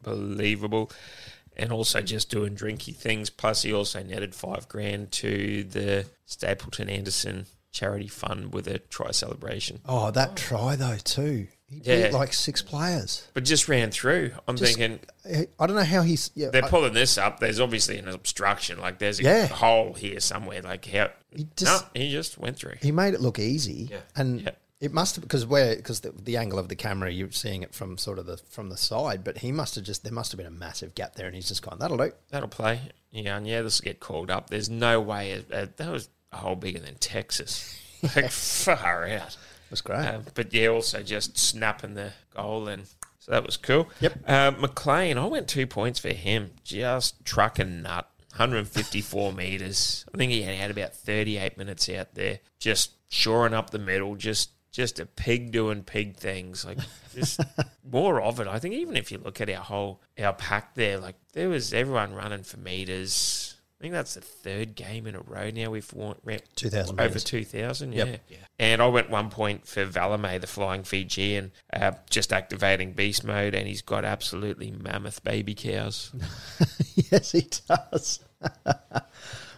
Unbelievable. And also just doing drinky things. Plus, he also netted five grand to the Stapleton Anderson charity fund with a try celebration. Oh, that try though too. He Yeah. beat like six players. But just ran through. I'm thinking I I don't know how he's. Yeah, they're I- pulling this up. There's obviously an obstruction. Like there's a Yeah. hole here somewhere. Like how he just- no, he just went through. he made it look easy, Yeah. and Yeah. it must have because where because the, the angle of the camera you're seeing it from sort of the from the side, but he must have just there must have been a massive gap there, and he's just gone that'll do. That'll play. Yeah, and yeah, this will get called up. There's no way it- uh, that was a hole bigger than Texas. Like far out. That's great. Um, but yeah, also just snapping the goal and so that was cool. Yep. Uh, McLean, I went two points for him. Just truck and nut. 154 meters. I think he had, had about 38 minutes out there, just shoring up the middle, just just a pig doing pig things. Like just more of it. I think even if you look at our whole our pack there, like there was everyone running for meters. I think that's the third game in a row now we've won, ran- 2,000 over meters. 2000 yeah. and i went one point for valame the flying fijian uh, just activating beast mode and he's got absolutely mammoth baby cows yes, he does.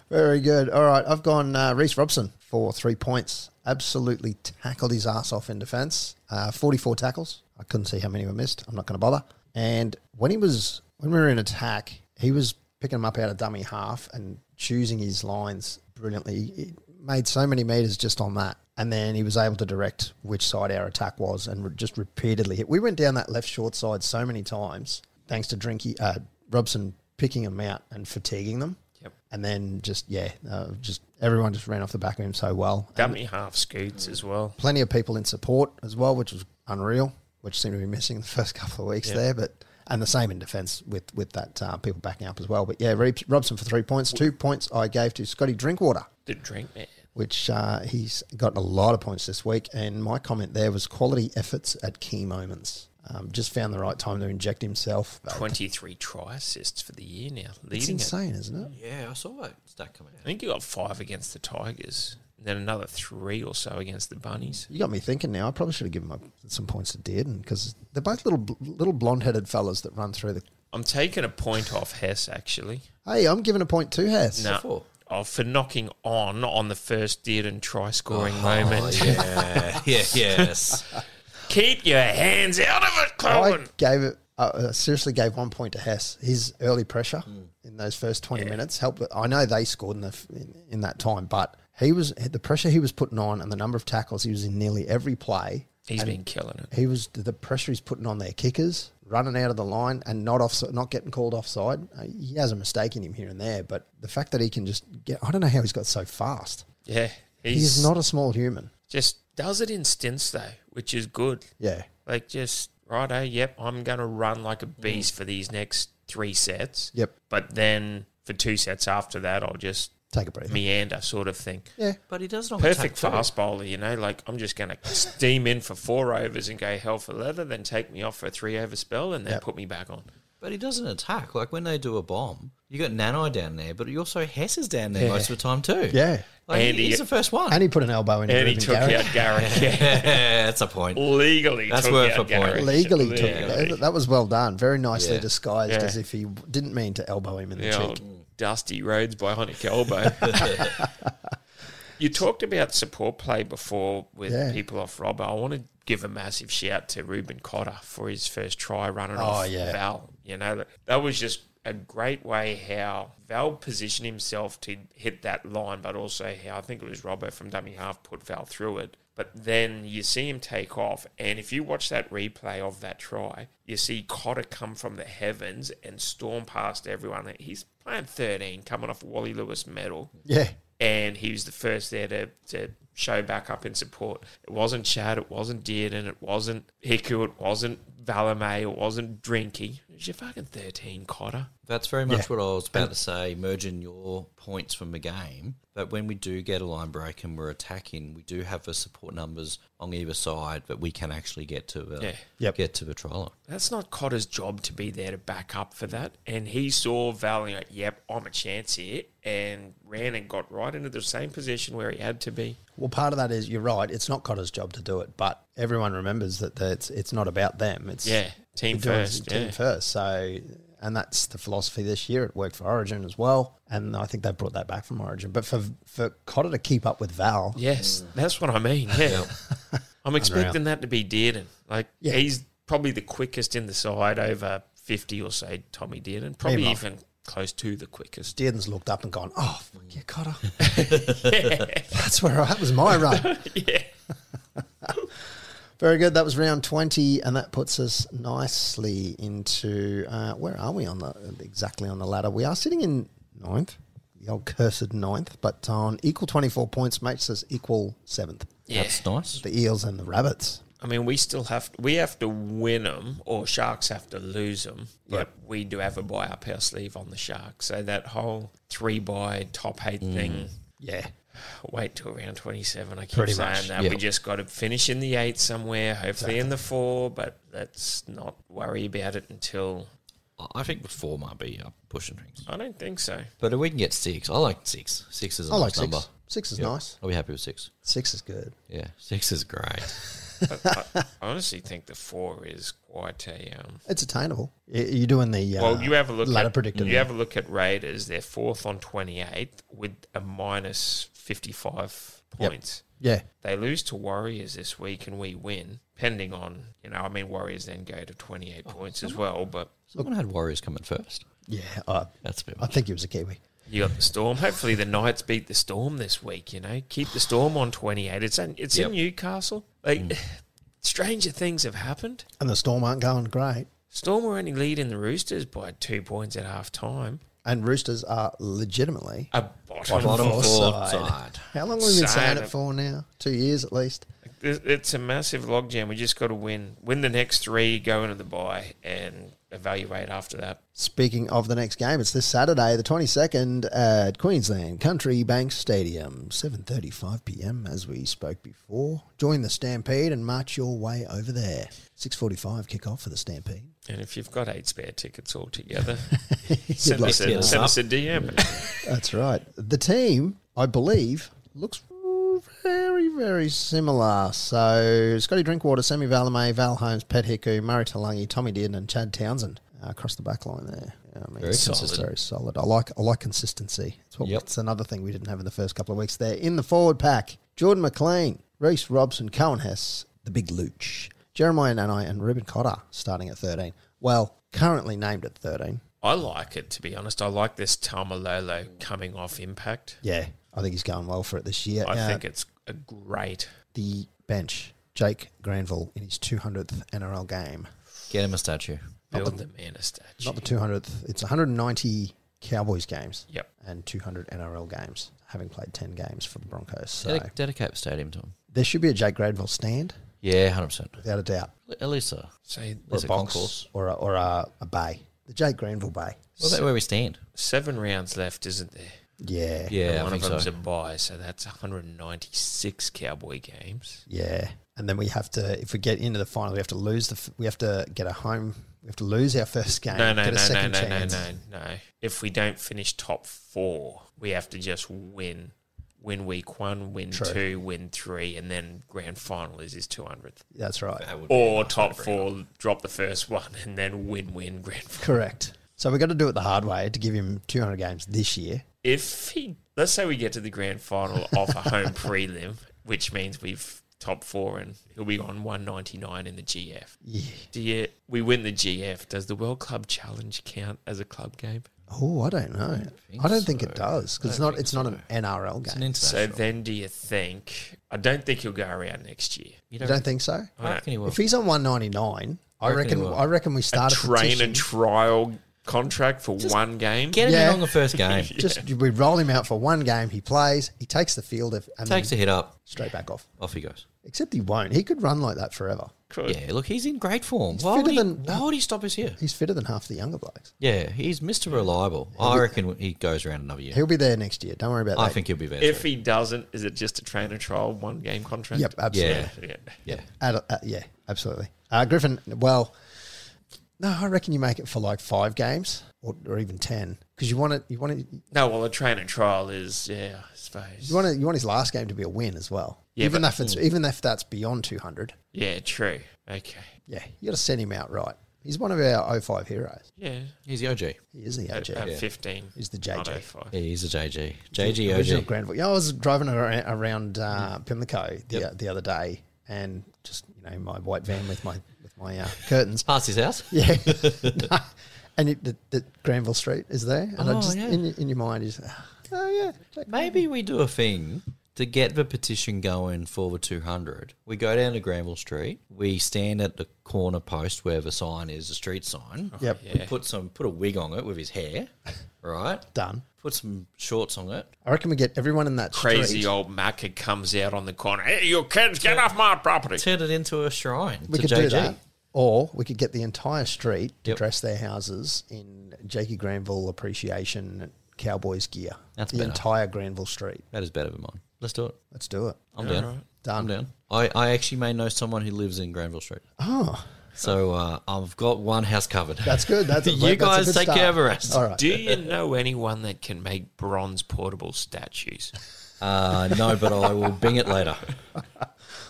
Very good. All right, I've gone uh, Reese Robson for three points. Absolutely tackled his ass off in defence. Uh, Forty-four tackles. I couldn't see how many were missed. I'm not going to bother. And when he was when we were in attack, he was picking them up out of dummy half and choosing his lines brilliantly. He made so many meters just on that, and then he was able to direct which side our attack was, and re- just repeatedly hit. We went down that left short side so many times, thanks to Drinky uh, Robson picking them out and fatiguing them. Yep. And then just yeah, uh, just everyone just ran off the back of him so well. And dummy half scoots as well plenty of people in support as well, which was unreal, which seemed to be missing the first couple of weeks there. But and the same in defence with with that uh, people backing up as well. But yeah, Reeps- Robson for three points. Two points I gave to Scotty Drinkwater, the drink man which uh, he's gotten a lot of points this week. And my comment there was quality efforts at key moments. Um, just found the right time to inject himself. 23 try assists for the year now It's leading it. insane, isn't it? Yeah, I saw that stat coming i think he got five against the tigers and then another three or so against the bunnies You got me thinking now. I probably should have given my, some points to Dearden because they're both little bl- little blonde-headed fellas that run through the. i'm taking a point off hess actually Hey, I'm giving a point to Hess. no for? Oh, for knocking on on the first did and try scoring Oh, moment. yeah, yeah, yes. Keep your hands out of it, I Colin. gave it. I I seriously gave one point to Hess. His early pressure in those first twenty minutes helped. I know they scored in the f- in, in that time, but he was the pressure he was putting on and the number of tackles he was in nearly every play. He's been killing it. He was the pressure he's putting on their kickers, running out of the line and not off, not getting called offside. Uh, He has a mistake in him here and there, but the fact that he can just get. I don't know how he's got so fast. Yeah, he's, He's not not a small human. just does it in stints though, which is good. Yeah. Like just righto, yep, I'm gonna run like a beast for these next three sets. Yep. But then for two sets after that, I'll just Take a breath. meander sort of thing. Yeah. But he does not Perfect fast bowler, you know. Like I'm just gonna steam in for four overs and go hell for leather, then take me off for a three over spell, and then Yep. put me back on. But he doesn't attack. Like when they do a bomb, you got Nanai down there, but you also Hess is down there most of the time too. Yeah. like, And he- he's the first one. And he put an elbow in. And he Reuben took Garrett. out Garrick. Yeah. yeah, that's a point. Legally, That's took worth out a point. Garrick. legally took Legally. that, that was well done very nicely Yeah. disguised Yeah. as if he w- didn't mean to elbow him in the, The cheek old Dusty Rhodes bionic elbow. you talked about support play before with Yeah. people off Robbo. I want to give a massive shout to Ruben Cotter for his first try running Oh, off yeah. Val. You know, that- that was just a great way how Val positioned himself to hit that line, but also how I think it was Robbo from dummy half put Val through it. But then you see him take off, and if you watch that replay of that try, you see Cotter come from the heavens and storm past everyone. He's playing 13, coming off a Wally Lewis medal Yeah. and he was the first there to, to show back up in support. It wasn't Chad, it wasn't Dearden, it wasn't Hiku, it wasn't Valame, it wasn't Drinky. It was your fucking 13 Cotter. That's very much what I was about to say, merging your points from the game. But when we do get a line break and we're attacking, we do have the support numbers on either side that we can actually get to the Yeah. Yep. get to the try line. That's not Cotter's job to be there to back up for that. And he saw Val and he went, yep, I'm a chance here, and ran and got right into the same position where he had to be. Well, part of that is you're right. It's not Cotter's job to do it, but everyone remembers that that it's it's not about them. It's Yeah, team we're doing first. Team yeah. first. So, and that's the philosophy this year. It worked for Origin as well, and I think they brought that back from Origin. But for for Cotter to keep up with Val, Yes, that's what I mean. Yeah. I'm expecting that to be Dearden. Like Yeah. he's probably the quickest in the side over 50 or so Tommy Dearden, probably Meanwhile. even close to the quickest. Dearden's looked up and gone, "Oh, fuck yeah, Cotter." that's where I, that was my run. yeah. Very good. That was round twenty, and that puts us nicely into uh, where are we on the exactly on the ladder? We are sitting in ninth, the old cursed ninth, but on equal twenty-four points makes us equal seventh. Yeah. That's nice. The eels and the rabbits. I mean, we still have we have to win them, or Sharks have to lose them. But we do have a buy up our sleeve on the Sharks. So that whole three buy top eight Mm. thing, Yeah, wait till around 27. I keep Pretty saying much, that. yeah. We just got to finish in the eight somewhere, hopefully in the four, but let's not worry about it until. I- I think the four might be uh, pushing things. I don't think so. But if we can get six, I like six. Six is a I nice like six. number. Six is Yeah. nice. I'll be happy with six. Six is good. Yeah, six is great. I, I honestly think the four is quite a. Um, It's attainable. Y- You're doing the uh, well, you have a look ladder at predictor. you have a look at Raiders. They're fourth on 28th with a minus 55 points. yeah, They lose to Warriors this week, and we win. Depending on you know, I mean, Warriors then go to 28 points as well, but. Someone had Warriors coming first. yeah. I, That's a bit I much. think he was a Kiwi. You got the storm. Hopefully, the Knights beat the storm this week. You know, keep the storm on twenty eight. It's in, it's Yep. in Newcastle. Like stranger things have happened. And the storm aren't going great. Storm were only leading the Roosters by two points at half time. And roosters are legitimately. A bottom, Bottom four. four. Fourth side. side. How long have we been saying Saying it it. for now? Two years at least. It- It's a massive logjam. We just got to win, win the next three, go into the bye, and evaluate after that. Speaking of the next game, it's this Saturday, the twenty second, at Queensland Country Bank Stadium, seven thirty five p.m. As we spoke before, join the Stampede and march your way over there. Six forty five kickoff for the Stampede. And if you've got eight spare tickets altogether, send, like us to get a, us send up. us a DM. That's right. The team, I believe, looks very, very similar. So Scotty Drinkwater, Sammy Valame, Val Holmes, Pat Hiku, Murray Talangi, Tommy Dearden, and Chad Townsend uh, across the back line there. Yeah, I mean, Very it's consistent. just Very solid. I like I like consistency. It's what, Yep. it's another thing we didn't have in the first couple of weeks there. In the forward pack, Jordan McLean, Reese Robson, Cohen Hess, the big looch, Jeremiah Nanai, and Ruben Cotter starting at 13. Well, currently named at 13. I like it, to be honest. I like this Tamalolo coming off impact. Yeah. I think he's going well for it this year. I Uh, think it's a great. the bench, Jake Granville in his 200th NRL game. Get him a statue. Build the man a statue. Not the 200th, it's 190 Cowboys games Yep. and 200 NRL games, having played 10 games for the Broncos. So Dedic- dedicate the stadium to him. there should be a Jake Granville stand, Yeah, hundred percent. without a doubt, Elisa, So or There's a a box, concourse. or, a, or a, a bay. The Jake Granville Bay. what about where we stand? seven rounds left, isn't there? Yeah. Yeah, and I one think of them's so. a bye, so that's 196 Cowboy games. Yeah. And then we have to, if we get into the final, we have to lose the, f- we have to get a home, we have to lose our first game. No, no, get a no, no, second no, no, chance. no, no. If we don't finish top four, we have to just win. Win week one, win True. two, win three, and then grand final is his 200th. That's right. Or top four, drop the first one, and then win win grand final. Correct. So we've got to do it the hard way to give him 200 games this year. if he let's say we get to the grand final of a home prelim, which means we've top four, and he'll be on 199 in the GF. Yeah. Do you, we win the GF. Does the World Club Challenge count as a club game? Oh, I don't know. I don't think, it does because it's not. It's not an NRL It's an game. So international. then do you think? I don't think he'll go around next year. you you don't think so? I reckon he will. If he's on one ninety nine, I reckon he reckon. will. I reckon we start a, Train petition. and trial contract for one game. Get him Yeah. in on the first game. Just we roll him out for one game. He plays. He takes the field if- and Takes a then hit up. straight back off. Off he goes. Except he won't. He could run like that forever. Could. Yeah, look, he's in great form. Why would, fitter he, than- why would he stop us here? He's fitter than half the younger blokes. Yeah, he's Mr. Reliable. I reckon he goes around another year. He'll be there next year. Don't worry about that. I think he'll be better. If he doesn't, is it just a train and trial one game contract? Yep, absolutely. yeah, yeah. Yeah. Ad- uh, yeah, absolutely. Uh, Griffin, well, no, I reckon you make it for like five games or, or even ten because you want it. You want it. No, well, a train and trial is yeah, I suppose. You want it, You want his last game to be a win as well. Yeah, even but- mm. if it's even if that's beyond two hundred. yeah, true. Okay. Yeah, you got to send him out right. He's one of our 05 heroes. Yeah. He's the OG. He is the At, OG. at oh 15. He's the JJ. not 05. Yeah, he's a JG. original JG OG. Granville. Yeah, I was driving ar- around uh, Mm. Pimlico the, the other day, and just you know my white van with my with my uh, curtains. Past his house. Yeah. No. And it, the, the Granville Street is there. And I Oh, just, yeah. in, your- in your mind, is, oh, yeah. Jack Maybe we do a thing to get the petition going for the 200. We go down to Granville Street. We stand at the corner post where the sign is, the street sign. Yep. We put some, put a wig on it with his hair, right? Done. Put some shorts on it. I reckon we get everyone in that Crazy street. old Macca comes out on the corner. Hey, you kids, get off my property. Turn it into a shrine We to could JG. do that. Or we could get the entire street to Yep. dress their houses in Jakey Granville appreciation Cowboys gear. That's the better. entire Granville Street. That is better than mine. Let's do it. Let's do it. I'm down. Done. I'm down. I, I actually may know someone who lives in Granville Street. Oh, So uh, I've got one house covered. that's good. That's a- You that's a guys good take start. care of the rest. All right. Do you know anyone that can make bronze portable statues? Uh, no, but I will bing it later.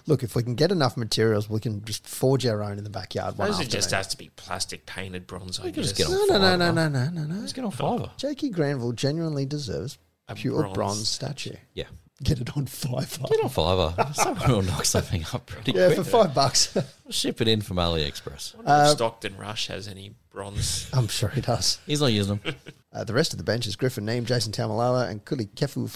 Look, if we can get enough materials, we can just forge our own in the backyard. One Those are just afternoon. has to be plastic painted bronze. I can just guess. get on no, no, no, no, no, no, no, no. Let's get on Fiverr. Jakey Granville genuinely deserves A pure bronze bronze, statue. Yeah. Get it on five. Get on Fiverr. Someone will knock something up pretty Yeah, quick. for five bucks. Ship it in from AliExpress. I wonder Uh, if Stockton Rush has any bronze. I'm sure he does. He's not using them. Uh, the rest of the bench is Griffin Neem, Jason Tamalala, and Kuli Kefu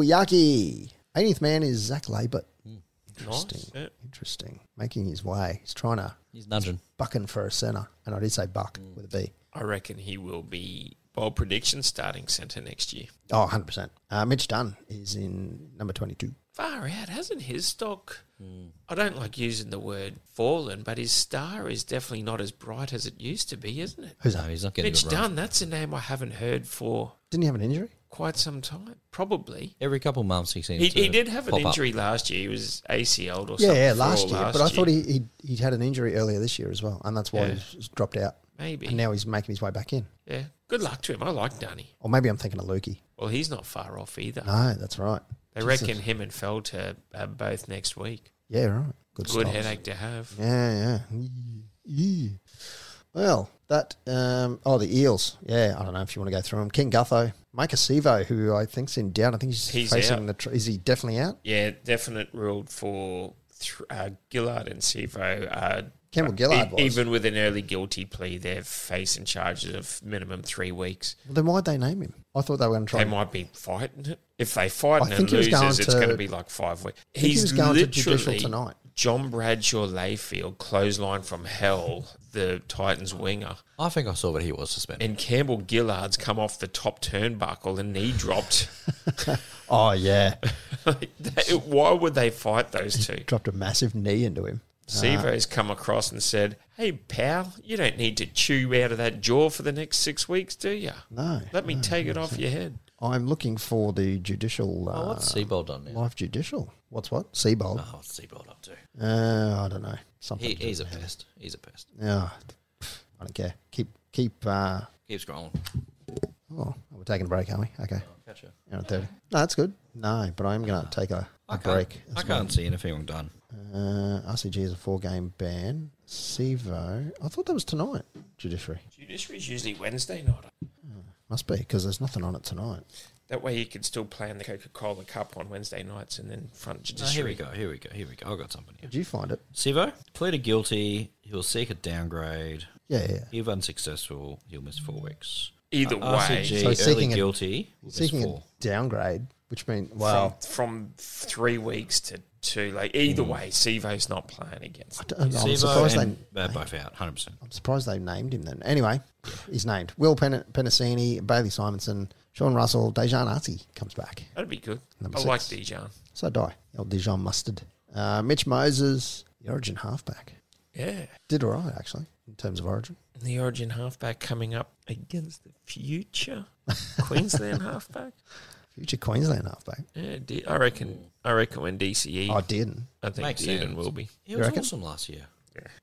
Finifuyaki. 18th man is Zach Labert. Interesting. Nice. Yeah. Interesting. Making his way. He's trying to He's nudging. bucking for a centre. And I did say buck with a B. I reckon he will be bold prediction starting centre next year. Oh, 100%. Uh, Mitch Dunn is in number 22. Far out, hasn't his stock? Hmm. I don't like using the word fallen, but his star is definitely not as bright as it used to be, isn't it? Who's No, that? he's not getting Mitch it right. Dunn, that's a name I haven't heard for Didn't he have an injury? quite some time. Probably. Every couple of months he seems He, to he did have an pop up. injury last year. He was ACL'd or Yeah, something. yeah, for last year. but I thought year. he, he he'd had an injury earlier this year as well, and that's why Yeah. he's he's dropped out. Maybe. And now he's making his way back in. yeah. Good luck to him. I like Dunny. Or maybe I'm thinking of Lukey. Well, he's not far off either. No, that's right. They reckon him and Felter are both next week. Yeah, right. Good, Good stuff. headache to have. Yeah, yeah. Yeah. Well, that um, oh the eels. Yeah, I don't know if you want to go through them. King Gutho, Mike Acevo, who I think's in doubt. I think he's, He's facing out. the. Tr- is he definitely out? Yeah, definite ruled for th- uh, Gillard and Sivo. Uh, Campbell e- Gillard was. Even with an early guilty plea, they're facing charges of minimum three weeks. Well, then why'd they name him? I thought they were going to try. They and- might be fighting it. If they fight I and think it he was loses, going it's to- going to be like five weeks. he He's was going to judicial literally tonight. John Bradshaw Layfield, clothesline from hell, the Titans winger. I think I saw that he was suspended. And Campbell Gillard's come off the top turnbuckle and knee dropped. Oh yeah, Like, they- Why would they fight those two? dropped a massive knee into him. Sevo's come across and said, Hey, pal, you don't need to chew out of that jaw for the next six weeks, do you? No, Let me take it off your head. I'm looking for the judicial. Uh, oh, what's Seabold done now? Life judicial. What's what? Seabold. Oh, what's Seabold up to? Ah. Uh, I don't know. Something. He, he's a pest. He's a pest. Yeah, I don't care. Keep keep. Uh, Keep scrolling. oh, we're taking a break, aren't we? Okay. Catch ya. Hour and thirty. No, that's good. No, but I am going to take a, a I can't, break. I can't see anything wrong done. Uh, RCG is a four-game ban. Sevo. I thought that was tonight. Judiciary Judiciary's usually Wednesday night. must be because there's nothing on it tonight. That way you can still plan the Coca Cola Cup on Wednesday nights and then front Oh, here we judiciary. go. Here we go. Here we go. I've got something here. Did you find it? Sivo pleaded guilty. He'll seek a downgrade. Yeah, yeah. yeah. If unsuccessful, he'll miss four weeks. Uh, Either Uh, way, RCG So early seeking a- guilty. will miss Seeking four. a downgrade, which means from, wow. from three weeks to two, like either way, Sivo's not playing Hmm. I against. uh, don't- I'm Sivo surprised they. and they both out, hundred percent. I'm surprised they named him then. Anyway, he's named Will Pen- Penasini, Bailey Simonson, Sean Russell, Dejan Arti comes back. That'd be good. Number I like six. Dijon. So die. Old Dijon mustard. Uh, Mitch Moses, the origin halfback. Yeah. Did all right, actually, in terms of origin. And the Origin halfback coming up against the future Queensland halfback. Future Queensland halfback. Yeah, D- I reckon. I reckon when DCE, I didn't. I think Makes Dearden sense. will be. He was reckon? awesome last year.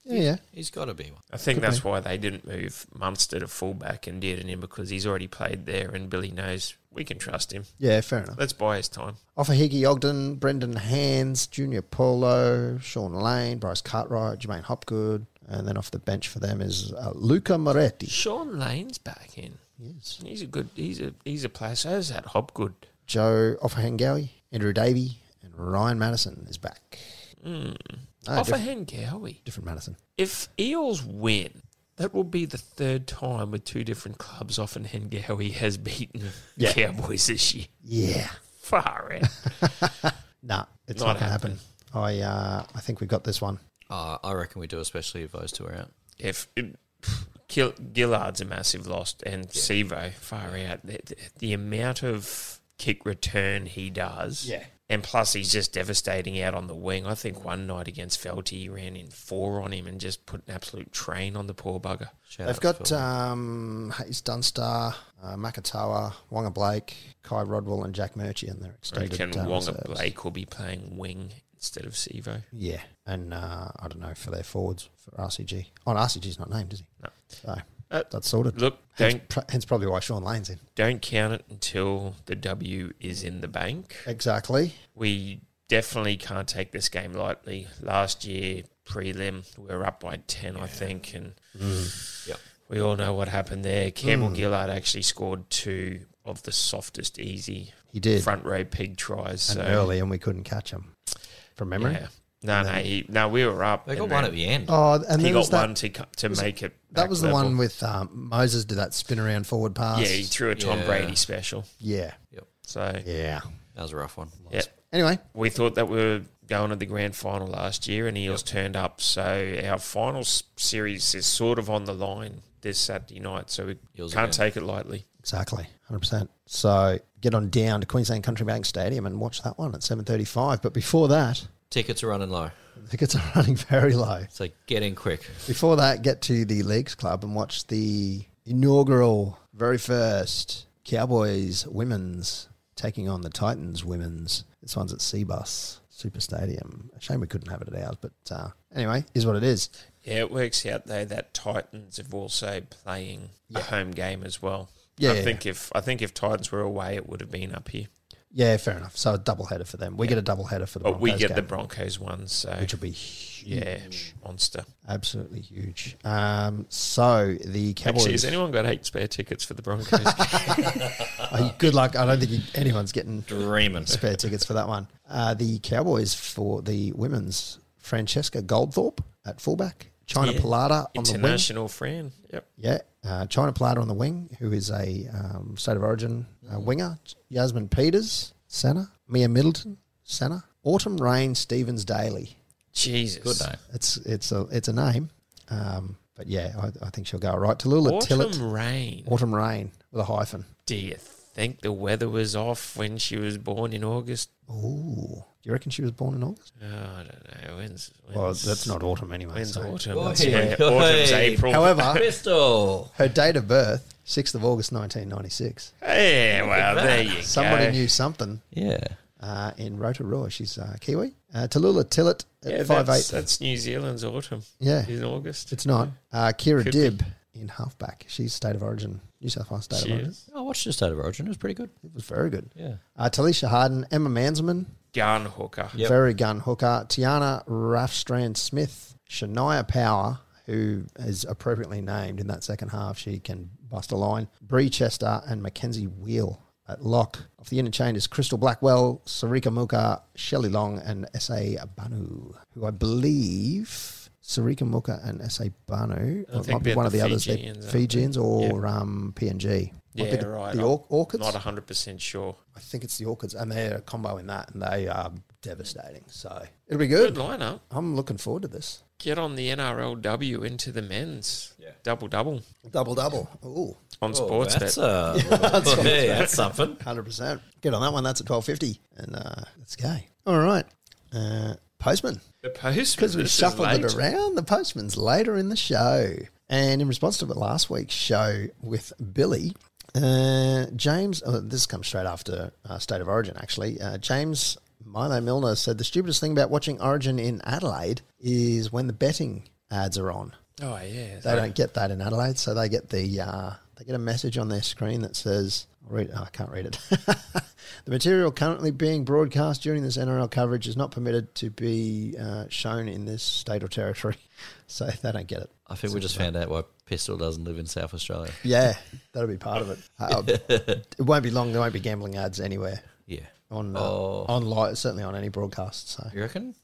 Yeah, yeah. He's got to be one. I think that's why they didn't move Munster to fullback and Dearden in because he's already played there and Billy knows we can trust him. Yeah, fair enough. Let's buy his time. Offa Higgy Ogden, Brendan Hands, Junior Polo, Sean Lane, Bryce Cartwright, Jermaine Hopgood. And then off the bench for them is uh, Luca Moretti. Sean Lane's back in. Yes. He's a good. He's a he's a player. So is that Hobgood. Joe Offa Hengawi, Andrew Davey, and Ryan Madison is back. No, Off a diff- hand, Gowie. different Madison. If Eels win, that will be the third time with two different clubs off and Hengawi has beaten the Yeah. Cowboys this year. Yeah. Far out. Nah, it's not, Not going to happen. I uh, I think we got this one. Uh, I reckon we do, especially if those two are out. if Gil- Gillard's a massive loss and Sivo far out, the, the, the amount of kick return he does, Yeah. and plus he's just devastating out on the wing. I think one night against Felty, he ran in four on him and just put an absolute train on the poor bugger. Shout They've out got to Phil. um, Hayes Dunstar, uh, Makatawa, Wonga Blake, Kai Rodwell, and Jack Murchie in their I extended reckon uh, Wonga reserves. Blake will be playing wing instead of Sivo. Yeah, and uh, I don't know for their forwards for RCG. Oh, and RCG's not named, is he? No. So Uh, that's sorted. Look, hence, don't pr- hence probably why Sean Lane's in. don't count it until the W is in the bank. Exactly. we definitely can't take this game lightly. Last year, prelim, we were up by 10, I think, and Mm. Yep. we all know what happened there. Mm. Campbell Gillard actually scored two of the softest, easy He did front row pig tries. and so, early, eh? and we couldn't catch him from memory. Yeah. No, no, he, no, we were up. They got and one then at the end. Oh, and He there was got that, one to, co- to make it. That back was the level. one with um, Moses did that spin around forward pass. Yeah, he threw a Tom Yeah. Brady special. yeah, So, yeah. That was a rough one. yeah. Anyway, we thought that we were going to the grand final last year, and Eels turned up. So our final s- series is sort of on the line this Saturday night. So we Eels can't again. take it lightly. Exactly, hundred percent. So get on down to Queensland Country Bank Stadium and watch that one at seven thirty-five. But before that, Tickets are running low, tickets are running very low. so get in quick. Before that, get to the Leagues Club and watch the inaugural, very first Cowboys women's taking on the Titans women's. This one's at Seabus Super Stadium. A shame we couldn't have it at ours, but uh, anyway, is what it is. Yeah, it works out though that Titans have also playing a home game as well. Yeah, I yeah, think if I think if Titans were away, it would have been up here. Yeah, fair enough. So a double header for them. We get a double header for the But we Broncos get the game, Broncos one, so which will be huge. yeah, monster. Absolutely huge. Um, so the Cowboys. Actually, has anyone got eight spare tickets for the Broncos? Oh, good luck. I don't think you, anyone's getting Dreaming. spare tickets for that one. Uh, the Cowboys for the women's Francesca Goldthorpe at fullback, China Yeah. Pilata on the wing. International friend. Yep. Yeah, uh, China Pilata on the wing, who is a um, state of origin Mm. uh, winger. Yasmin Peters, Senna, Mia Middleton, Senna, Autumn Rain, Stevens Daly. Jesus. Good name. It's it's a it's a name, um, but yeah, I, I think she'll go all right. Tallulah Tillett, Autumn rain. Autumn Rain with a hyphen. Do you think the weather was off when she was born in August? Ooh, do you reckon she was born in August? Oh, I don't know. When's, when's Well, that's not autumn anyway. when's so- autumn? Oi, That's where- oi. autumn's April. However, Crystal. her date of birth, 6th of August 1996. yeah, well, there you Somebody go. knew something Yeah. uh, in Rotorua. She's uh, Kiwi. Uh, Tallulah Tillett at Yeah, 5'8. that's, that's New Zealand's autumn yeah, in August. it's not. Uh, Kira Could be. Dibb in halfback. She's state of origin, New South Wales state She of origin. is. I watched the State of Origin. It was pretty good. It was very good. Yeah. Uh, Talisha Harden, Emma Mansman, Gun hooker. Yep. very gun hooker. Tiana Rafstrand Smith, Shania Power, who is appropriately named in that second half. She can bust a line. Bree Chester and Mackenzie Wheel at lock. Off the interchange is Crystal Blackwell, Sarika Muka, Shelley Long, and S.A. Banu, who I believe Sarika Muka and S.A. Banu I or it think might be they're one of the the others, they're Fijians, aren't they? Fijians or um, PNG. Might Yeah, be the, right. The I'm or- orchids? Not 100% sure. I think it's the orchids, and they're a combo in that, and they are devastating. So it'll be Good good. lineup. I'm looking forward to this. Get on the NRLW into the men's. Yeah. Double double Double double. Ooh, on Oh, sports that's bet. a hey, that's something. 100%. Get on that one. That's at 12.50. And uh, let's go. All right. Uh, postman. the postman. Because we this is shuffled late. it around. The postman's later in the show. And in response to last week's show with Billy, uh, James, oh, this comes straight after uh, State of Origin, actually. Uh, James Milo Milner said the stupidest thing about watching Origin in Adelaide is when the betting ads are on. Oh, yeah. They don't get that in Adelaide, so they get the uh, they get a message on their screen that says, I'll read, oh, I can't read it. the material currently being broadcast during this NRL coverage is not permitted to be uh, shown in this state or territory, so they don't get it. I think we just found out why Pistol doesn't live in South Australia. Yeah, that'll be part of it. Uh, it won't be long. There won't be gambling ads anywhere Yeah. on uh, Oh. on live, certainly on any broadcast. So You reckon?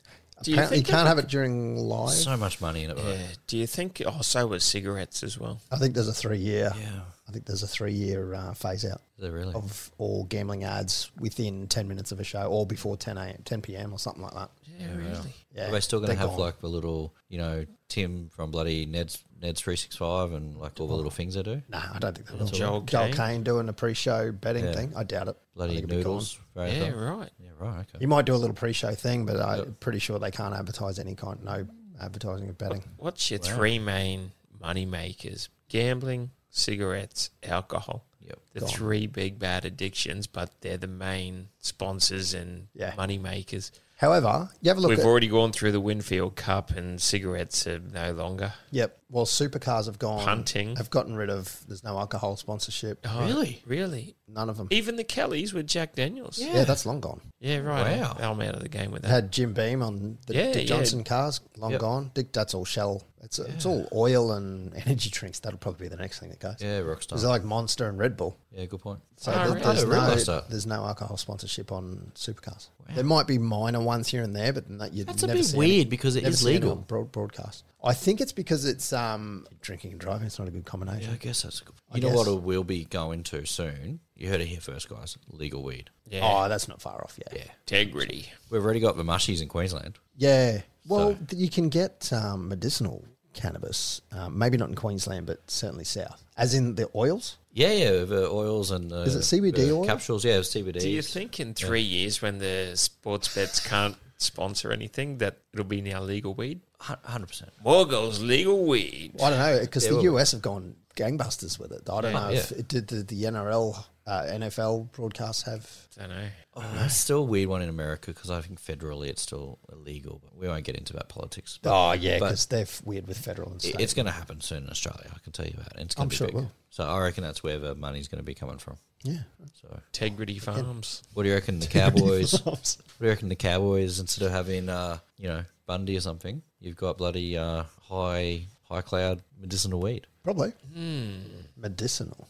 Do you apparently, you think they can't have it during live. So much money in it. Yeah. Do you think? Oh, so was cigarettes as well. I think there's a three year. Yeah. I think there's a three year uh, phase out. Is it really? of all gambling ads within 10 minutes of a show or before 10 a.m., 10 p.m. or something like that. Yeah, really. Yeah, Are they still going they're to have gone. like the little, you know, Tim from bloody Ned's Ned's three six five and like all the little things they do? No, I don't think they will. Joel Joel Kane. Kane doing a pre-show betting Yeah. thing. I doubt it. I Bloody think it'll be gone. noodles. right, Yeah, though. right. Yeah, right. Okay. He might do a little pre-show thing, but I'm pretty sure they can't advertise any kind. No advertising of betting. What's your three main money makers? Gambling, cigarettes, alcohol. Yep. The three big bad addictions, but they're the main sponsors and Yeah. money makers. However, you have a look We've at already gone through the Winfield Cup, and cigarettes are no longer. yep. Well, supercars have gone Punting. have gotten rid of. There's no alcohol sponsorship. Oh, Really? Really? None of them. Even the Kellys with Jack Daniels. Yeah, that's long gone. Yeah, right. Wow. I'm out of the game with that. Had Jim Beam on the Yeah, Dick yeah. Johnson cars, long Yep. gone. Dick, that's all shell. It's it's all oil and energy drinks. That'll probably be the next thing that goes. Yeah, It's Rockstar. like Monster and Red Bull. yeah, good point. So Oh, there- really? I there's, didn't realise no, that. there's no alcohol sponsorship on supercars. There might be minor ones here and there, but no, you'd That's a never bit see weird any- because it never is see any legal. on broad, broadcast. I think it's because it's um, drinking and driving. It's not a good Yeah, combination. I guess that's a good. I You know what guess. it will be going to soon? You heard it here first, guys. Legal weed. yeah. Oh, that's not far off. Yeah, Yeah. Integrity. We've already got the mushies in Queensland. yeah. Well, th you can get um, medicinal cannabis, um, maybe not in Queensland, but certainly south, as in the oils. Yeah, yeah, the oils and uh, Is it CBD the oil? capsules? Yeah, CBD. Do you think in three years, when the sports bets can't sponsor anything, that it'll be now legal weed? Hundred percent. More goes legal weed. I don't know because the well- US have gone gangbusters with it. I don't know if yeah. it did the, the NRL, uh, NFL broadcasts have. don't know. Oh, it's still a weird one in America because I think federally it's still illegal, but we won't get into that politics. But Oh yeah, but- because they're f- weird with federal and state. it- it's going to happen soon in Australia. I can tell you that. And it's I'm going to be sure it big. will. So I reckon that's where the money's going to be coming from. yeah. So Integrity Farms. what do you reckon the Cowboys? what do you reckon the Cowboys instead of having uh, you know Bundy or something, you've got bloody uh, high high cloud medicinal weed. Probably. Hmm. Medicinal.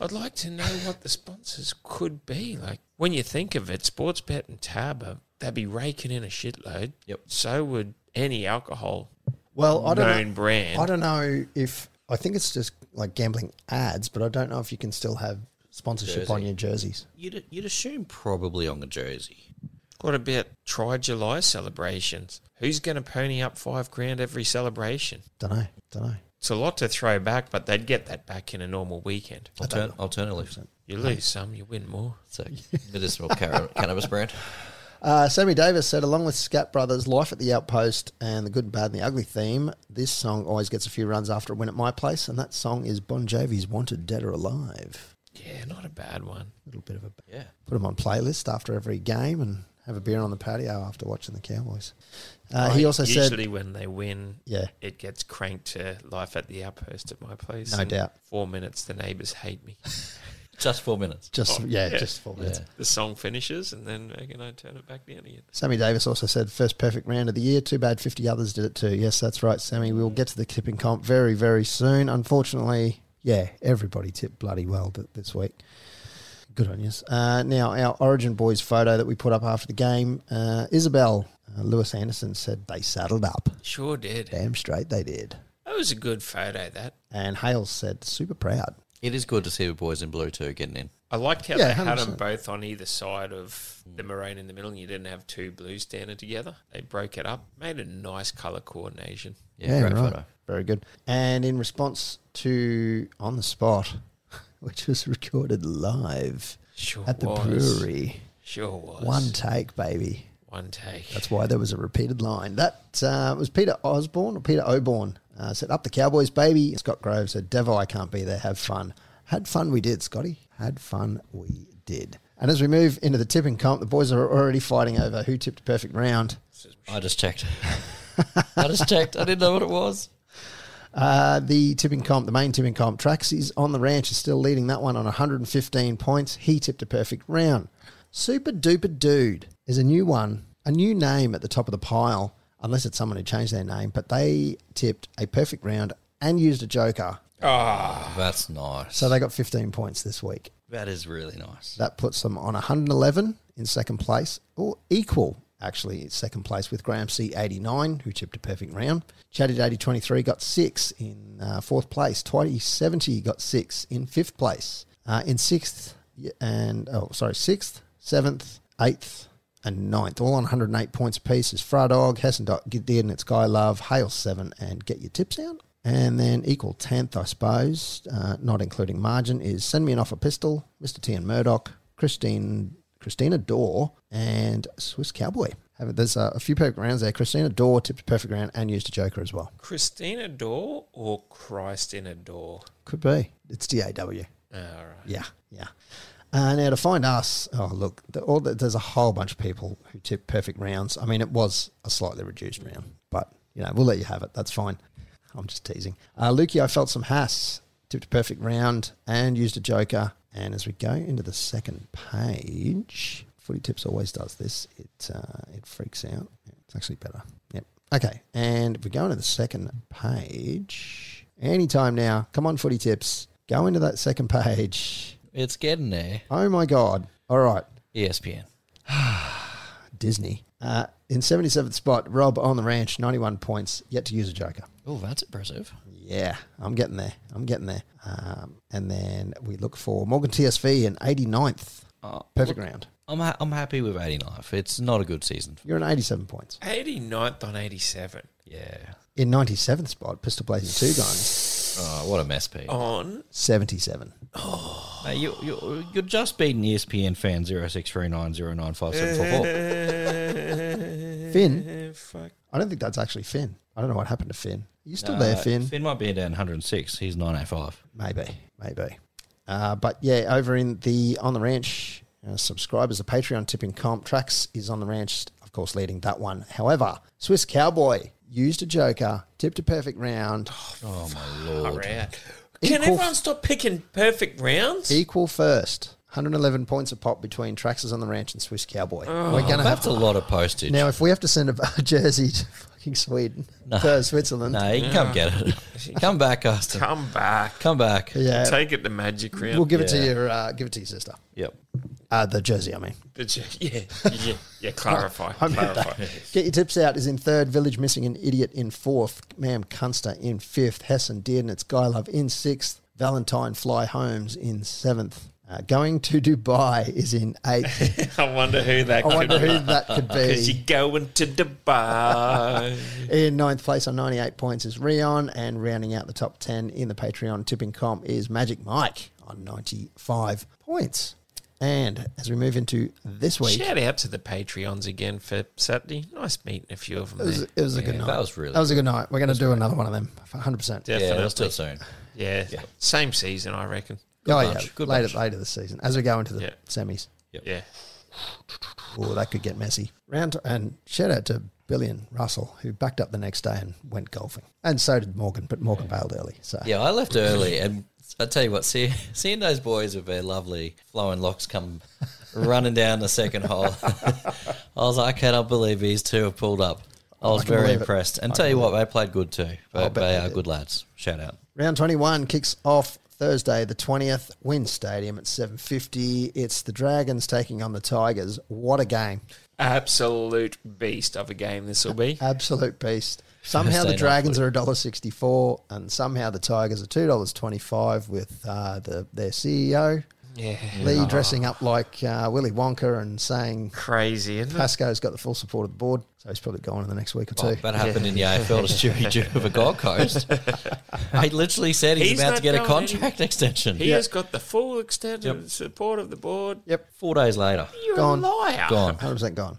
I'd like to know what the sponsors could be. Like when you think of it, sports bet and tab are, they'd be raking in a shitload. Yep. So would any alcohol. Well, I don't Known know. brand. I don't know if I think it's just like gambling ads, but I don't know if you can still have sponsorship on Jersey. your jerseys. You'd you'd assume probably on a jersey. What about Try July celebrations? Who's going to pony up five grand every celebration? Don't know. Don't know. It's a lot to throw back, but they'd get that back in a normal weekend. Altern- alternatively, You lose some, you win more. it's a medicinal car- cannabis brand. Uh, Sammy Davis said, along with Scat Brothers, Life at the Outpost, and the Good, Bad, and the Ugly theme, this song always gets a few runs after a win at my place, and that song is Bon Jovi's Wanted Dead or Alive. Yeah, not a bad one. A little bit of a Yeah. put them on playlist after every game and have a beer on the patio after watching the Cowboys. Uh, he also usually said, when they win, Yeah. it gets cranked to life at the outpost at my place. No and doubt. Four minutes, the neighbours hate me. Just four minutes. just Oh, yeah, just four minutes. Yeah. the song finishes, and then again I turn it back down again. Sammy Davis also said, first perfect round of the year. Too bad 50 others did it too. Yes, that's right, Sammy. Mm. We'll get to the tipping comp very, very soon. Unfortunately, yeah, everybody tipped bloody well th- this week. Good on you. Uh, now, our Origin Boys photo that we put up after the game, uh, Isabel uh, Lewis Anderson said they saddled up. Sure did. Damn straight they did. That was a good photo, that. And Hales said, super proud. It is good to see the boys in blue too getting in. I liked how Yeah, they had 100%. them both on either side of the maroon in the middle, and you didn't have two blues standing together. They broke it up, made a nice colour coordination. Yeah, great photo. Very good. And in response to On the Spot, which was recorded live Sure at the was. brewery, Sure was. one take, baby. One take. That's why there was a repeated line. That uh, was Peter Osborne or Peter Oborne uh, said, "Up the Cowboys, baby." Scott Groves said, "Devo, I can't be there. Have fun. Had fun. We did, Scotty. Had fun. We did." And as we move into the tipping comp, the boys are already fighting over who tipped a perfect round. I just checked. I just checked. I didn't know what it was. Uh, the tipping comp, the main tipping comp, Traxy's on the ranch is still leading that one on 115 points. He tipped a perfect round. Super Duper Dude is a new one, a new name at the top of the pile, unless it's someone who changed their name, but they tipped a perfect round and used a joker. That's nice. So they got 15 points this week. that is really nice. That puts them on 111 in second place, or equal, actually, in second place with Graham C89, who tipped a perfect round. Chatty Daddy 23 got six in uh, fourth place. Twitty 70 got six in fifth place. Uh, in sixth, y- and oh, sorry, sixth, seventh, eighth, and ninth, all on 108 points apiece, is Fradog, Hessen Dot, Gideon, It's Guy Love, Hale 7, and Get Your Tips Out. And then equal 10th, I suppose, uh, not including margin, is Send Me an Offer Pistol, Mr. T and Murdoch, Christine, Christina Dorr, and Swiss Cowboy. Have- There's uh, a few perfect rounds there. Christina Dorr tipped a perfect round and used a joker as well. Christina Door or Christ in a Door? Could be. It's DAW. All right. Yeah, yeah. Uh, now to find us, oh look, the, all the, there's a whole bunch of people who tipped perfect rounds. I mean, it was a slightly reduced round, but you know we'll let you have it. That's fine. I'm just teasing. Uh, Lukey, I felt some hass, tipped a perfect round and used a joker. And as we go into the second page, Footy Tips always does this. It uh, it freaks out. It's actually better. Yep. Okay. And if we go into the second page, anytime now. Come on, Footy Tips. Go into that second page. It's getting there. E Oh my God. All right. ESPN. Disney. Uh, in 77th spot, Rob on the ranch, 91 points, yet to use a joker. Oh, that's impressive. Yeah, I'm getting there. I'm getting there. Um, and then we look for Morgan TSV in 89th. Perfect round. Uh, I'm ha- I'm happy with 89. It's not a good season. You're in 87 points. 89th on 87. Yeah. In 97th spot, Pistol Blazing 2 Guns, Oh, what a mess, Pete. On 77. Mate, you, you, you're just beating E ESPN fan 0639095744. Finn. fuck. I don't think that's actually Finn. I don't know what happened to Finn. Are you still there, Finn? Finn might be down 106. He's 905. Maybe, maybe. Uh, but yeah, over in the on the ranch, uh, subscribers, the Patreon tipping comp tracks is on the ranch, of course, leading that one. However, Swiss Cowboy used a joker, tipped a perfect round, Oh, my lord. Round. Can Equal- everyone stop picking perfect rounds? equal first, 111 points a pop between Traxxas on the ranch and Swiss Cowboy. We're gonna have That's a lot of postage. now if we have to send a, a jersey to fucking Sweden, to Switzerland. no, you can come get it. come back, Austin. Come back. Come back. Yeah, Take it the magic round. we'll give it to Yeah. your uh, give it to your sister. Yep. Uh, the jersey, I mean. But yeah, yeah, yeah, yeah, clarify. I meant that. clarify. Get your tips out is in third. Village missing an idiot in fourth. Ma'am Cunster in fifth. Hessen Dearden, it's Guy Love in sixth. Valentine Fly Holmes in seventh. Uh, going to Dubai is in eighth. I wonder who that I could wonder be. who that could Is he be. going to Dubai? In ninth place on 98 points is Rion. And rounding out the top 10 in the Patreon tipping comp is Magic Mike on 95 points. And as we move into this week, Shout out to the Patreons again for Saturday. Nice meeting a few of them. it was, There. it was a good Yeah, night. that was really That was a good night. We're going to do another one of them, 100%. Yeah, Definitely. let's do it soon. Yeah. Same season, I reckon. oh, bunch. yeah. Good later, bunch. later this season, as we go into the Yeah. semis. Yeah. Oh, that could get messy. Round and shout out to Billy and Russell, who backed up the next day and went golfing. And so did Morgan, but Morgan bailed early. So, Yeah, I left early, and I tell you what, see, seeing those boys with their lovely flowing locks come running down the second hole, I was like, I cannot believe these two have pulled up. I was I can very believe it. impressed. And tell you what, they played good too. But bet they they are did. good lads. Shout out. round 21 kicks off Thursday the 20th, Wynn Stadium at 7.50. It's the Dragons taking on the Tigers. What a game. Absolute beast of a game this will be. Absolute beast. Somehow the night Dragons are $1.64 and somehow the Tigers are $2.25 with uh, the, their CEO, Yeah. Lee, dressing up like uh, Willy Wonka and saying Crazy, isn't it? Pasco's got the full support of the board, so he's probably gone in the next week or two. Oh, that happened in the AFL to Stewie Jew of a Gold Coast. I literally said he's, He's about not to get a going contract extension. He has got the full extent of support of the board. yep, Four days later, You're Gone. a liar. gone. 100% gone.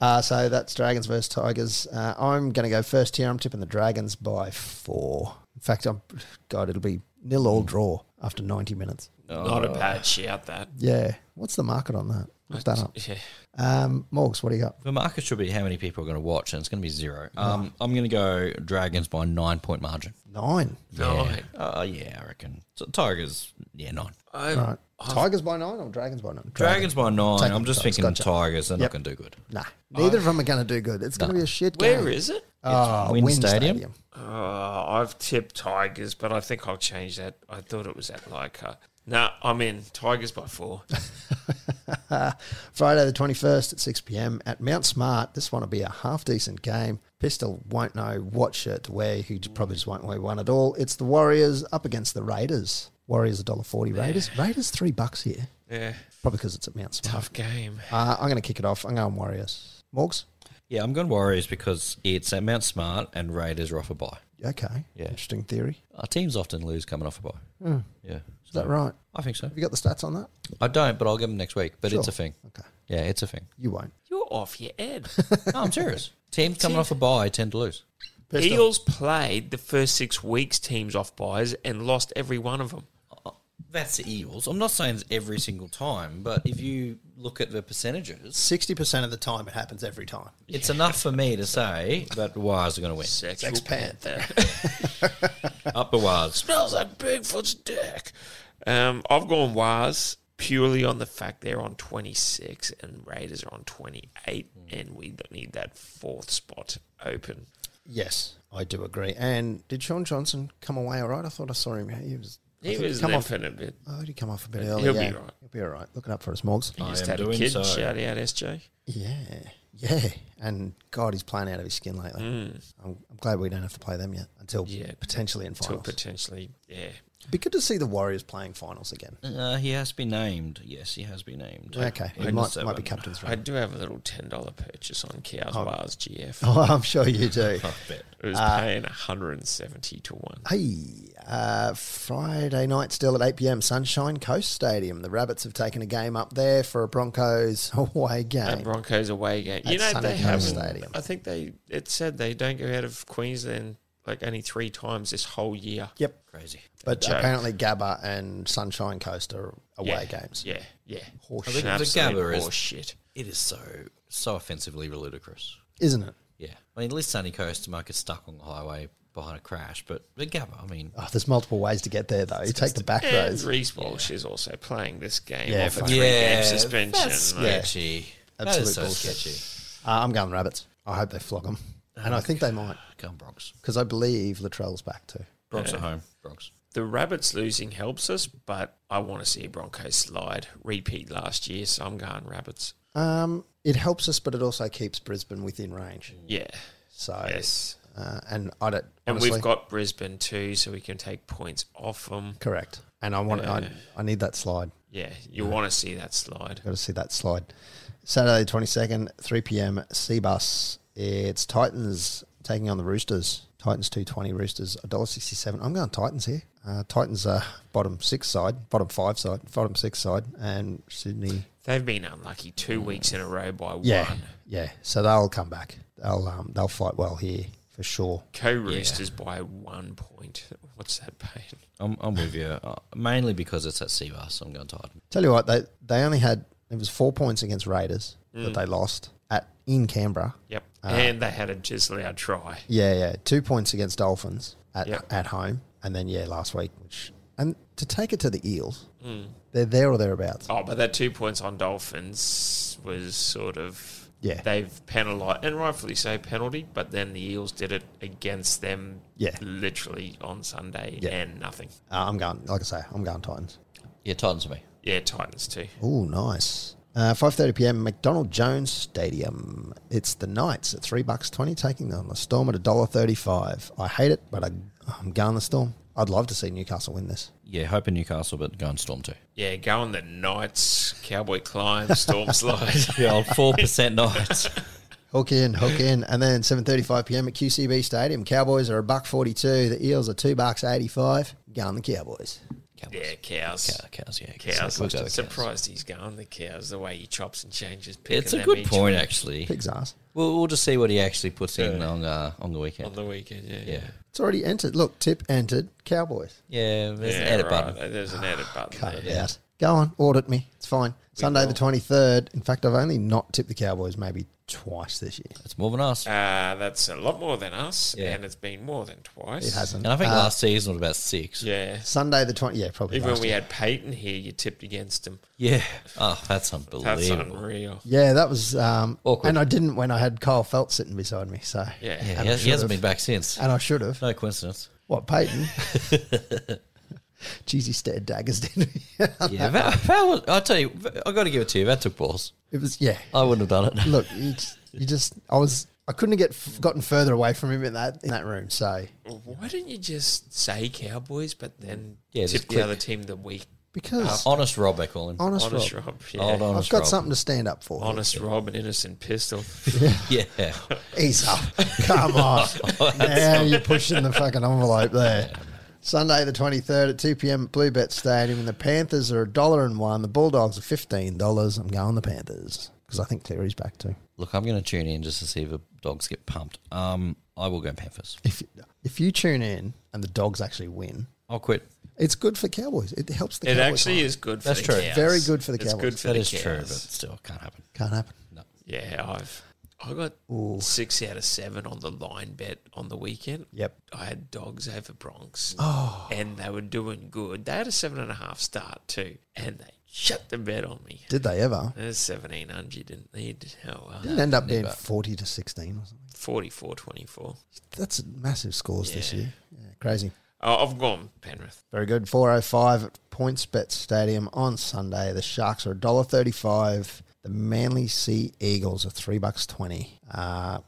Uh, so that's Dragons versus Tigers. Uh, I'm going to go first here. I'm tipping the Dragons by four. In fact, I'm God, it'll be nil all draw after 90 minutes. Not a Oh. bad shout, that. Yeah. What's the market on that? Look that up. Yeah. Um, Morgs, what do you got? The market should be how many people are going to watch, and it's going to be zero. Um, I'm going to go Dragons by nine point margin. Nine. Yeah. Oh, yeah, I reckon. So, Tigers, yeah, nine. I, All right. Tigers by nine or Dragons by nine? Dragons by nine. Take I'm them, just Tigers, thinking gotcha. Tigers. They're Yep. not going to do good. Nah. Neither of them are going to do good. It's going to be a shit game. Where is it? Ah, Wynn Wynn Stadium? Uh, I've tipped Tigers, but I think I'll change that. I thought it was at Leichhardt. No, I'm in. Tigers by four. Friday the 21st at 6 p.m. at Mount Smart. This one will be a half decent game. Pistol won't know what shirt to wear. He j- probably just won't wear one at all. It's the Warriors up against the Raiders. Warriors $1.40. Raiders Raiders three bucks here. Yeah. Probably because it's at Mount Smart. Tough game. Uh, I'm going to kick it off. I'm going Warriors. Morgs? Yeah, I'm going Warriors because it's at Mount Smart and Raiders are off a bye. Okay. Yeah. Interesting theory. Our teams often lose coming off a bye. Yeah. Is that right? I think so. Have you got the stats on that? I don't, but I'll give them next week. But it's Sure. a thing. Okay. Yeah, it's a thing. You won't. You're off your head. No, I'm serious. Teams coming off a bye tend to lose. Eels played the first six weeks teams off buys and lost every one of them. Oh, That's the Eels. I'm not saying it's every single time, but if you look at the percentages, 60% of the time it happens every time. it's enough for me to say that the Wires are going to win. Sexual Sex Panther. Upper Wires. Smells like Bigfoot's dick. Um, I've gone Waz purely on the fact they're on 26 and Raiders are on 28, Hmm. and we need that fourth spot open. Yes, I do agree. And did Sean Johnson come away all right? I thought I saw him. He was. I He think was come off. limping a bit. Oh, did he come off a bit early? he'll be yeah. right. He'll be all right. Look it up for us, Morgs. He just am had a doing kid. so. Shout out SJ. Yeah, yeah. And God, he's playing out of his skin lately. I'm, I'm glad we don't have to play them yet until Mm. Yeah. potentially in To finals. potentially, yeah. It'd be good to see the Warriors playing finals again. Uh, he has been named. Yes, he has been named. Okay, he Win might, seven. might be captain's I right. do have a little $10 purchase on Cow's Waz GF. Oh, Uh, I'm sure you do. It was paying 170 to 1. Hey, uh, Friday night still at 8 p.m. Sunshine Coast Stadium. The Rabbits have taken a game up there for a Broncos away That game. Broncos away game. You At know Sunny they Coast have. Stadium. I think they. It said they don't go out of Queensland like only three times this whole year. Yep, Crazy. but joke. apparently Gabba and Sunshine Coast are away yeah. games. Yeah, yeah. Horse I shit, think the Absolute Gabba is- horseshit. It is so so offensively ludicrous. isn't it? Yeah, I mean, at least Sunny Coast might get stuck on the highway behind a crash, but the Gabba, I mean, Oh, there's multiple ways to get there though. You take the back And roads. Reese Walsh is also playing this game Yeah, off a fuck. three game suspension. That's mate. sketchy. That Absolute is so bullshit. sketchy. Uh, I'm going rabbits. I hope they flog them, and I think they might Come Bronx. because I believe Latrell's back too. Bronx at home. Bronx. The Rabbits losing helps us, but I want to see Broncos slide repeat last year, so I'm going Rabbits. Um, it helps us, but it also keeps Brisbane within range. Yeah. So Yes. uh, and I don't. And honestly, we've got Brisbane too, so we can take points off them. correct. And I want. I, I need that slide. Yeah, you want to see that slide. Got to see that slide. Saturday twenty second, three p.m. Seabus. It's Titans taking on the Roosters. Titans two twenty. Roosters $1.67. I'm going Titans here. Uh, Titans are bottom six side, bottom five side, bottom six side, and Sydney. They've been unlucky two weeks in a row by Mm. Yeah, one. yeah. So they'll come back. They'll um, they'll fight well here for sure. Co Roosters by one point. What's that pain? I'm, I'm with you. Uh, mainly because it's at Seabus, so I'm going Titan. Tell you what, they they only had it was four points against Raiders that they lost at in Canberra. Yep. and they had a Gisler try. Yeah, yeah. Two points against Dolphins at Yep. at home, and then yeah, last week. Which and to take it to the Eels, they're there or thereabouts. Uh, Oh, but that two points on Dolphins was sort of. Yeah. They've penalised, and rightfully so, penalty, but then the Eels did it against them Yeah. literally on Sunday Yeah. and nothing. Uh, I'm going, like I say, I'm going Titans. Yeah, Titans for me. Yeah, Titans too. Oh, nice. Uh, 5:30 p.m. McDonald Jones Stadium. It's the Knights at three bucks twenty, taking on the Storm at a dollar thirty-five. I hate it, but I, I'm going the Storm. I'd love to see Newcastle win this. Yeah, hoping Newcastle, but going Storm too. Yeah, go on the Knights, Cowboy Climb, Storm Slide. The old four percent nights. Hook in, hook in, and then 7:35 p.m. at QCB Stadium. Cowboys are a buck forty-two. The Eels are two bucks eighty-five. Going the Cowboys. Yeah, cows. Cow- cows, yeah. Cows. We'll go I'm with cows. surprised he's going the cows the way he chops and changes. picking It's a them good each point, week actually. Pigs ass. We'll, we'll just see what he actually puts in on uh, on the weekend. On the weekend, yeah. yeah, It's already entered. Look, tip entered. Cowboys. yeah. There's Yeah, an edit right. button. There's an edit button. Cut it there. out. Go on, audit me. It's fine. Sunday the 23rd. In fact, I've only not tipped the Cowboys maybe twice this year. It's more than us. Uh, that's a lot more than us, Yeah. and it's been more than twice. It hasn't. and I think Uh, last season was about six. Yeah. Sunday the 20th. Yeah, probably. Even last when we year. had Peyton here, you tipped against him. Yeah. Oh, that's That's unbelievable. unreal. Yeah, that was um, Awkward. And I didn't when I had Kyle Phelps sitting beside me. So yeah, Yeah. And he, I has, he should've. hasn't been back since. and I should have. No coincidence. What Peyton? Jeez, he stared daggers didn't he? Yeah, uh, that, that was, I tell you, I got to give it to you. That took balls. it was yeah. I wouldn't have done it. Look, you just, you just I was I couldn't get f- gotten further away from him in that in that room. So Why didn't you just say Cowboys, but then Yeah, tip just the click. other team the week? because Uh, honest Rob, I call him. honest, Honest Rob, Rob. yeah. Old honest I've got Rob. something to stand up for. Honest Rob and Innocent Pistol. Yeah. Ease up. Come on. now you're pushing the fucking envelope there. Sunday the 23rd at 2 p.m. at Bluebet Stadium, and the Panthers are a dollar and one. The Bulldogs are $15. I'm going the Panthers because I think Cleary's back too. Look, I'm going to tune in just to see if the dogs get pumped. Um, I will go Panthers. If, if you tune in and the dogs actually win, I'll quit. it's good for Cowboys. It helps the It Cowboys. actually line. is good for That's the true. Cows. Very good for the It's Cowboys. good for That the is true, but Cows. still, can't happen. Can't happen. Yeah, I've I got six out of seven on the line bet on the weekend. Yep. I had dogs over Bronx. Oh. And they were doing good. They had a seven and a half start too. And they shut the bet on me. Did they ever? There's seventeen hundred and they did oh well. Didn't end up being 40 to 16 or something. Forty four twenty four. That's massive scores this Yeah. year. Yeah, crazy. Oh, I've gone Penrith. Very good. 405 at PointsBet Stadium on Sunday. The Sharks are $1.35. The Manly Sea Eagles are three bucks twenty. Uh,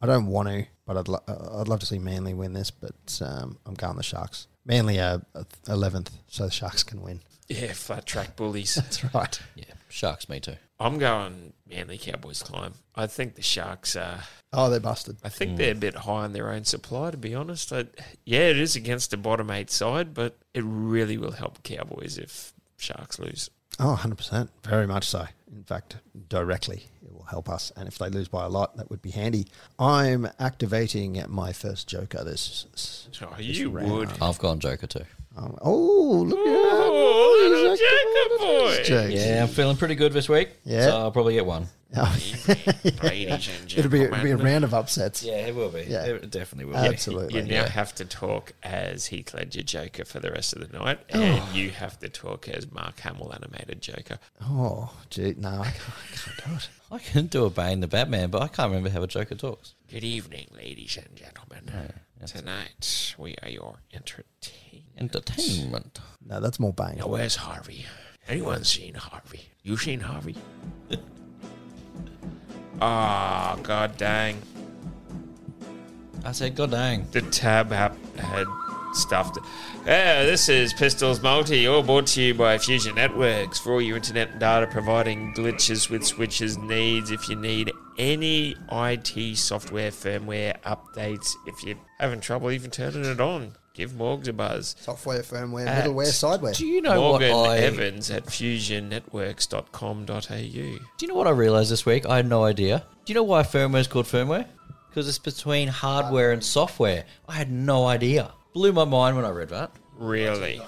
I don't want to, but I'd lo- uh, I'd love to see Manly win this, but um, I'm going the Sharks. Manly are uh, eleventh, so the Sharks can win. Yeah, flat track bullies. That's right. Yeah. Sharks, me too. I'm going Manly Cowboys climb. I think the Sharks are Oh, they're busted. I think they're a bit high on their own supply, to be honest. I, yeah, it is against the bottom eight side, but it really will help Cowboys if Sharks lose. Oh, 100 percent. Very much so. In fact, directly it will help us. And if they lose by a lot, that would be handy. I'm activating my first joker this Oh, you would. I've gone Joker too. Um, oh, look Oh, at little that. Jacob boy. Jake. Yeah, I'm feeling pretty good this week. Yeah. So I'll probably get one. Oh, Ladies and it'll, be, it'll be a gentlemen, round of upsets. Yeah, it will be. Yeah. Uh, It definitely will be. You Absolutely. now have to talk as Heath Ledger Joker for the rest of the night, Oh. and you have to talk as Mark Hamill animated Joker. Oh, gee, no, I can't, I can't do it. I can do a Bane the Batman, but I can't remember how a Joker talks. Good evening, ladies and gentlemen. Tonight we are your entertainment. Entertainment. No, that's more Bane. Now, where's Harvey? Anyone seen Harvey? You seen Harvey? Ah, god dang. I said, God dang. The tab app had stuffed. Yeah, this is Pistols Multi, all brought to you by Fusion Networks for all your internet and data providing glitches with switches needs. If you need any IT software, firmware updates, if you're having trouble even turning it on, give Morgs a buzz. Software, firmware, At- middleware, Do sideware. you know Morgan what I? Evans at fusionnetworks.com.au. Do you know what I realized this week? I had no idea. Do you know why firmware is called firmware? Because it's between hardware and software. I had no idea. Blew my mind when I read that. Really?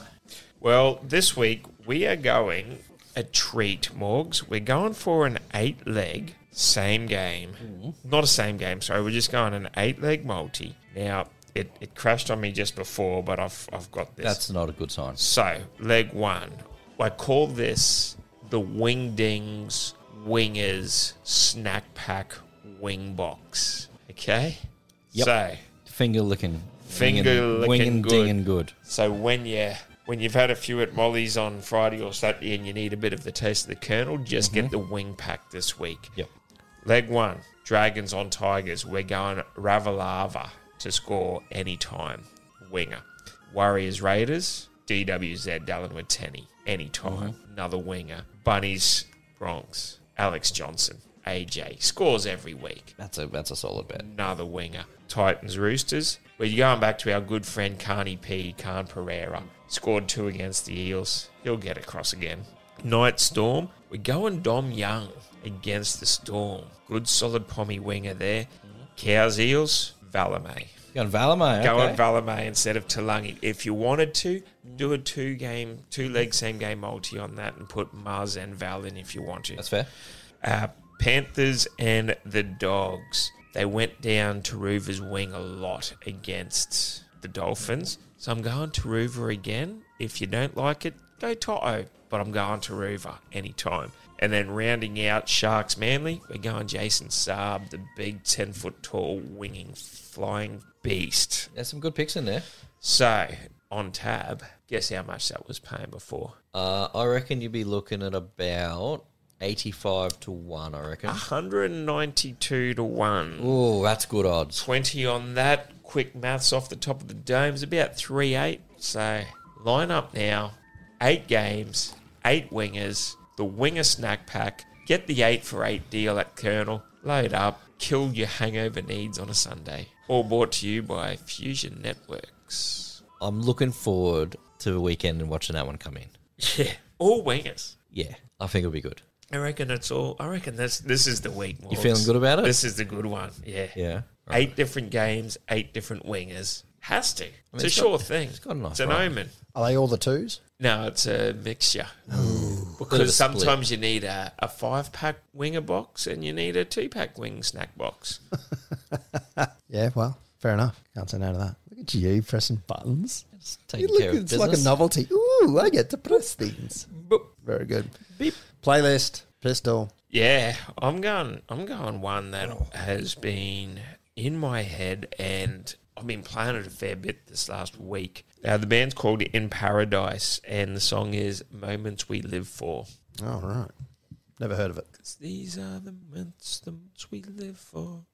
Well, this week we are going a treat, Morgs. We're going for an eight leg, same game. Mm-hmm. Not a same game, sorry. We're just going an eight leg multi. Now, it, it crashed on me just before, but I've, I've got this. That's not a good sign. so, leg one. I call this the Wingdings wingers snack pack wing box. Okay? Yep. So Finger licking. Finger-licking Winging, good. dinging good. so when you when you've had a few at Molly's on Friday or Saturday and you need a bit of the taste of the kernel, just get the wing pack this week. Yep. Leg one, Dragons on Tigers. We're going Ravalava to score anytime. Winger. Warriors Raiders, DWZ Dallin Tenney, anytime. Another winger. Bunnies Bronx, Alex Johnson, AJ. Scores every week. That's a that's a solid bet. Another winger. Titans Roosters. We're going back to our good friend Carney P. Khan Pereira. Scored two against the Eels. He'll get across again. Night Storm. We're going Dom Young against the Storm. Good solid Pommy winger there. Cows Eels. Valame. Going Valame. Okay. Go on Valame instead of Talangi. If you wanted to, do a two game, two leg same game multi on that and put Mars and Val in if you want to That's fair. uh, Panthers and the Dogs. They went down Taruva's wing a lot against the Dolphins. So I'm going Taruva again. If you don't like it, go Toto. But I'm going Taruva anytime. And then rounding out Sharks Manly, we're going Jason Saab, the big 10 foot tall winging flying beast. There's some good picks in there. So on tab, guess how much that was paying before? Uh, I reckon you'd be looking at about eighty-five to one. I reckon. 192 to 1. Oh, that's good odds. 20 on that. Quick maths off the top of the dome is about 3 8. So line up now. Eight games, eight wingers, the winger snack pack. Get the 8 for 8 deal at Colonel. Load up. Kill your hangover needs on a Sunday. All brought to you by Fusion Networks. I'm looking forward to the weekend and watching that one come in. Yeah. All wingers. Yeah, I think it'll be good. I reckon it's all. I reckon this this is the week. You feeling good about it? This is the good one. Yeah. Yeah. Eight different games, eight different wingers. Has to. it's a it's got- sure thing. It's, got a nice an run. omen. Are they all the twos? No, it's a mixture. Bit of a Because split. sometimes you need a, a five pack winger box and you need a two pack wing snack box. Yeah, well, fair enough. Can't say no to that. Look at you pressing buttons. It's You taking look, care of it's business. like a novelty. Ooh, I get to press things. Very good. Beep. Playlist, pistol. Yeah, I'm going I'm going one that Oh. has been in my head and I've been playing it a fair bit this last week. Uh, the band's called In Paradise and the song is Moments We Live For. All right. Never heard of it. 'Cause These are the moments, the moments we live for.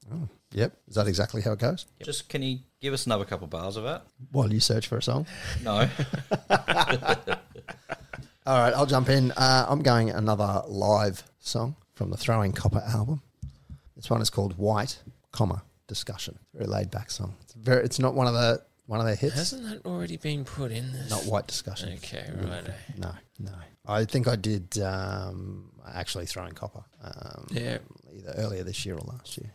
Yep. Is that exactly how it goes? Just can you give us another couple bars of that? While you search for a song. No. All right, I'll jump in. Uh, I'm going another live song from the Throwing Copper album. This one is called White, comma discussion. Very laid back song. It's very. It's not one of the one of their hits. Hasn't that already been put in this? Not white discussion. Okay, right. No, no. I think I did um, actually Throwing Copper um, Yeah, either earlier this year or last year.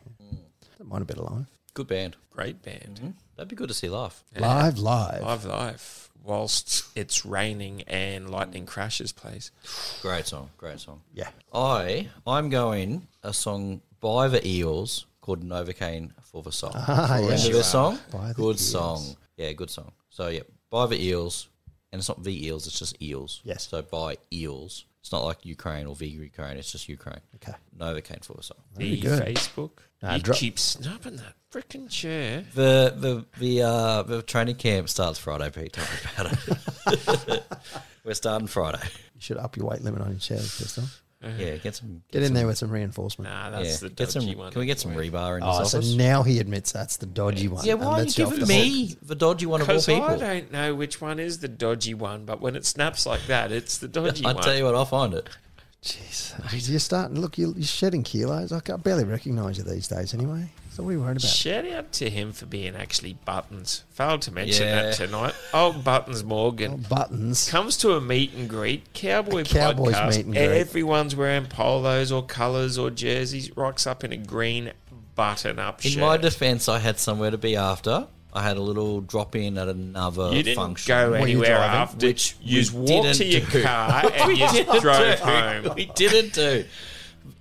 That might have been alive. good band. Hmm? great band. That'd be good to see live. Live, live. Live Life, whilst it's raining and lightning crashes, plays. Great song. Great song. Yeah. I I'm going a song by the Eels called Novocaine for the Soul. Remember this song? Ah, By the good Eels. song. Yeah, good song. So yeah, by the Eels, and it's not the Eels, it's just Eels. Yes. So by Eels, it's not like Ukraine or the Ukraine. It's just Ukraine. Okay. Novocaine for the Soul. The good. Facebook. Nah, you drop- keep snubbing that freaking chair. The the the uh, the training camp starts Friday, Pete. Tell me about it. We're starting Friday. You should up your weight limit on your chairs, Crystal. Yeah, get some. Get in there with some reinforcement. Nah, yeah, Uh-huh. that's the get dodgy some. one. Can we get some rebar in Oh, this so office? now he admits that's the dodgy one. yeah, and why are you lets off giving the hook. me the dodgy one of all Because I people? don't know which one is the dodgy one, but when it snaps like that, it's the dodgy I one. tell you what, I'll find it. Jeez, you're starting. Look, you're, you're shedding kilos. I can barely recognise you these days. Anyway, so what are you worried about? Shout out to him for being actually Buttons. Failed to mention that Yeah. tonight. Old Buttons Morgan. Buttons. comes to a meet and greet, cowboy A Cowboys podcast. meet and greet. Everyone's wearing polos or colours or jerseys. Rocks up in a green button-up In shirt. my defence, I had somewhere to be after. I had a little drop in at another you didn't function. go you anywhere driving? after. Which you we walked to your didn't do. car and you drove home. We didn't do.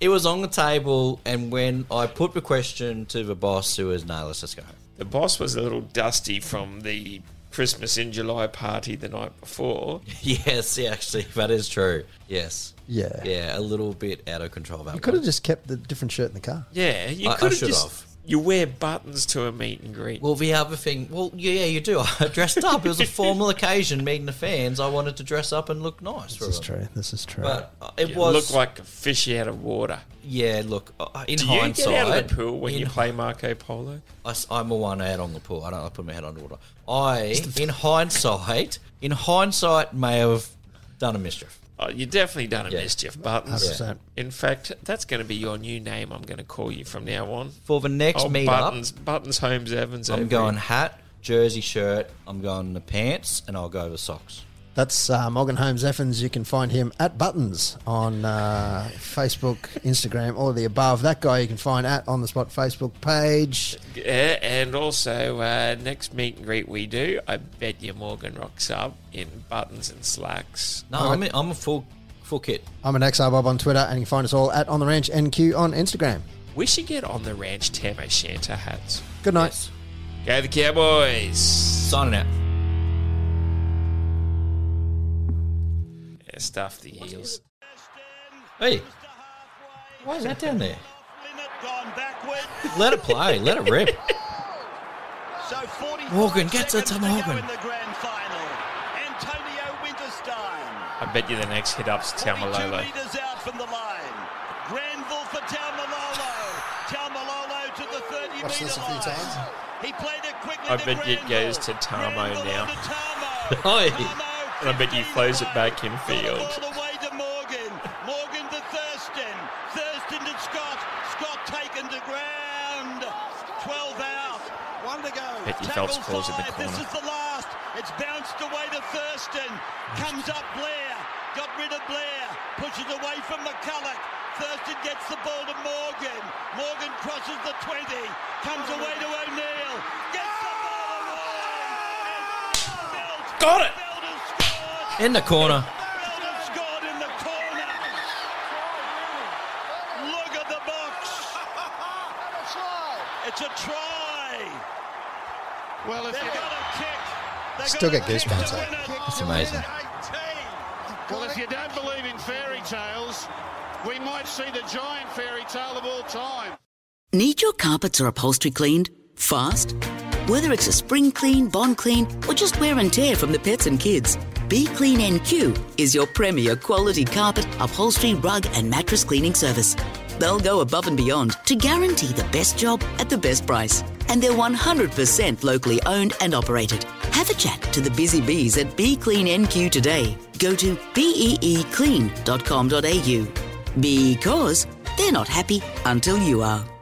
It was on the table, and when I put the question to the boss, who was no, let's just go home. The boss was a little dusty from the Christmas in July party the night before. Yes, yeah, actually, that is true. Yes. Yeah. Yeah, a little bit out of control. That You could have one. just kept the different shirt in the car. Yeah, you I- I could have should just have. you wear buttons to a meet and greet. Well, the other thing, well, yeah, you do. I dressed up. It was a formal occasion meeting the fans. I wanted to dress up and look nice. for This is them. true. This is true. But uh, it you was look like a fish out of water. yeah. Look, uh, in Do you hindsight, get out of the pool when in you play Marco Polo? I, am a one out on the pool. I don't I put my head underwater. I, in hindsight, in hindsight, may have done a mischief. Oh, you definitely done a Yeah. mischief, buttons. 100%. In fact, that's going to be your new name. I'm going to call you from now on. For the next Oh, meetup, buttons, buttons, Holmes, Evans. I'm over going here. hat, jersey, shirt. I'm going the pants, and I'll go with socks. That's uh, Morgan Holmes Effins. You can find him at Buttons on uh, Facebook, Instagram, all of the above. That guy you can find at On the Spot Facebook page. Yeah, and also uh, next meet and greet we do. I bet you Morgan rocks up in buttons and slacks. No, I'm, a, I'm a full full kit. I'm an XR Bob on Twitter, and you can find us all at On the Ranch NQ on Instagram. We should get on the ranch Tam O'Shanter hats. Good night. Yes. Go the Cowboys! Signing out. Yeah, stuff the heels. Hey, why is that down there? Limit gone backward. Let it play. let it rip. So 40 Morgan gets it to Morgan. in the grand final. Antonio Winterstein. I bet you the next hit up's Two Tamalolo. metres out from the line. Granville for Taumalolo. Taumalolo to the 30 Watch metre this a few line. times. He played it quickly. I to bet it goes to Granville. Tamo Granville now. on to Tamo. Oi. Tamo, And I bet he 15 flows it wide. back in Got it field. All the way to Morgan. Morgan to Thurston. Thurston to Scott. Scott taken to ground. 12 out. One to go. Bet you Tackle Phelps calls it the five. corner. This is the last. It's bounced away to Thurston. Comes up Blair. Got rid of Blair. Pushes away from McCulloch. Thurston gets the ball to Morgan. Morgan crosses the 20. Comes away to O'Neill. Gets the ball away. And Got it! Feld has scored. In the corner. Feld has scored in the corner. Look at the box. It's a try. Well, if They've you, got a kick. They've Still got a get kick goosebumps, to eh? win it. That's amazing. well, if you don't believe in fairy tales, we might see the giant fairy tale of all time. Need your carpets or upholstery cleaned? Fast? Whether it's a spring clean, bond clean, or just wear and tear from the pets and kids, Be Clean NQ is your premier quality carpet, upholstery, rug, and mattress cleaning service. They'll go above and beyond to guarantee the best job at the best price. And they're 100% locally owned and operated. Have a chat to the busy bees at Be Clean NQ today. Go to beeclean.com.au because they're not happy until you are.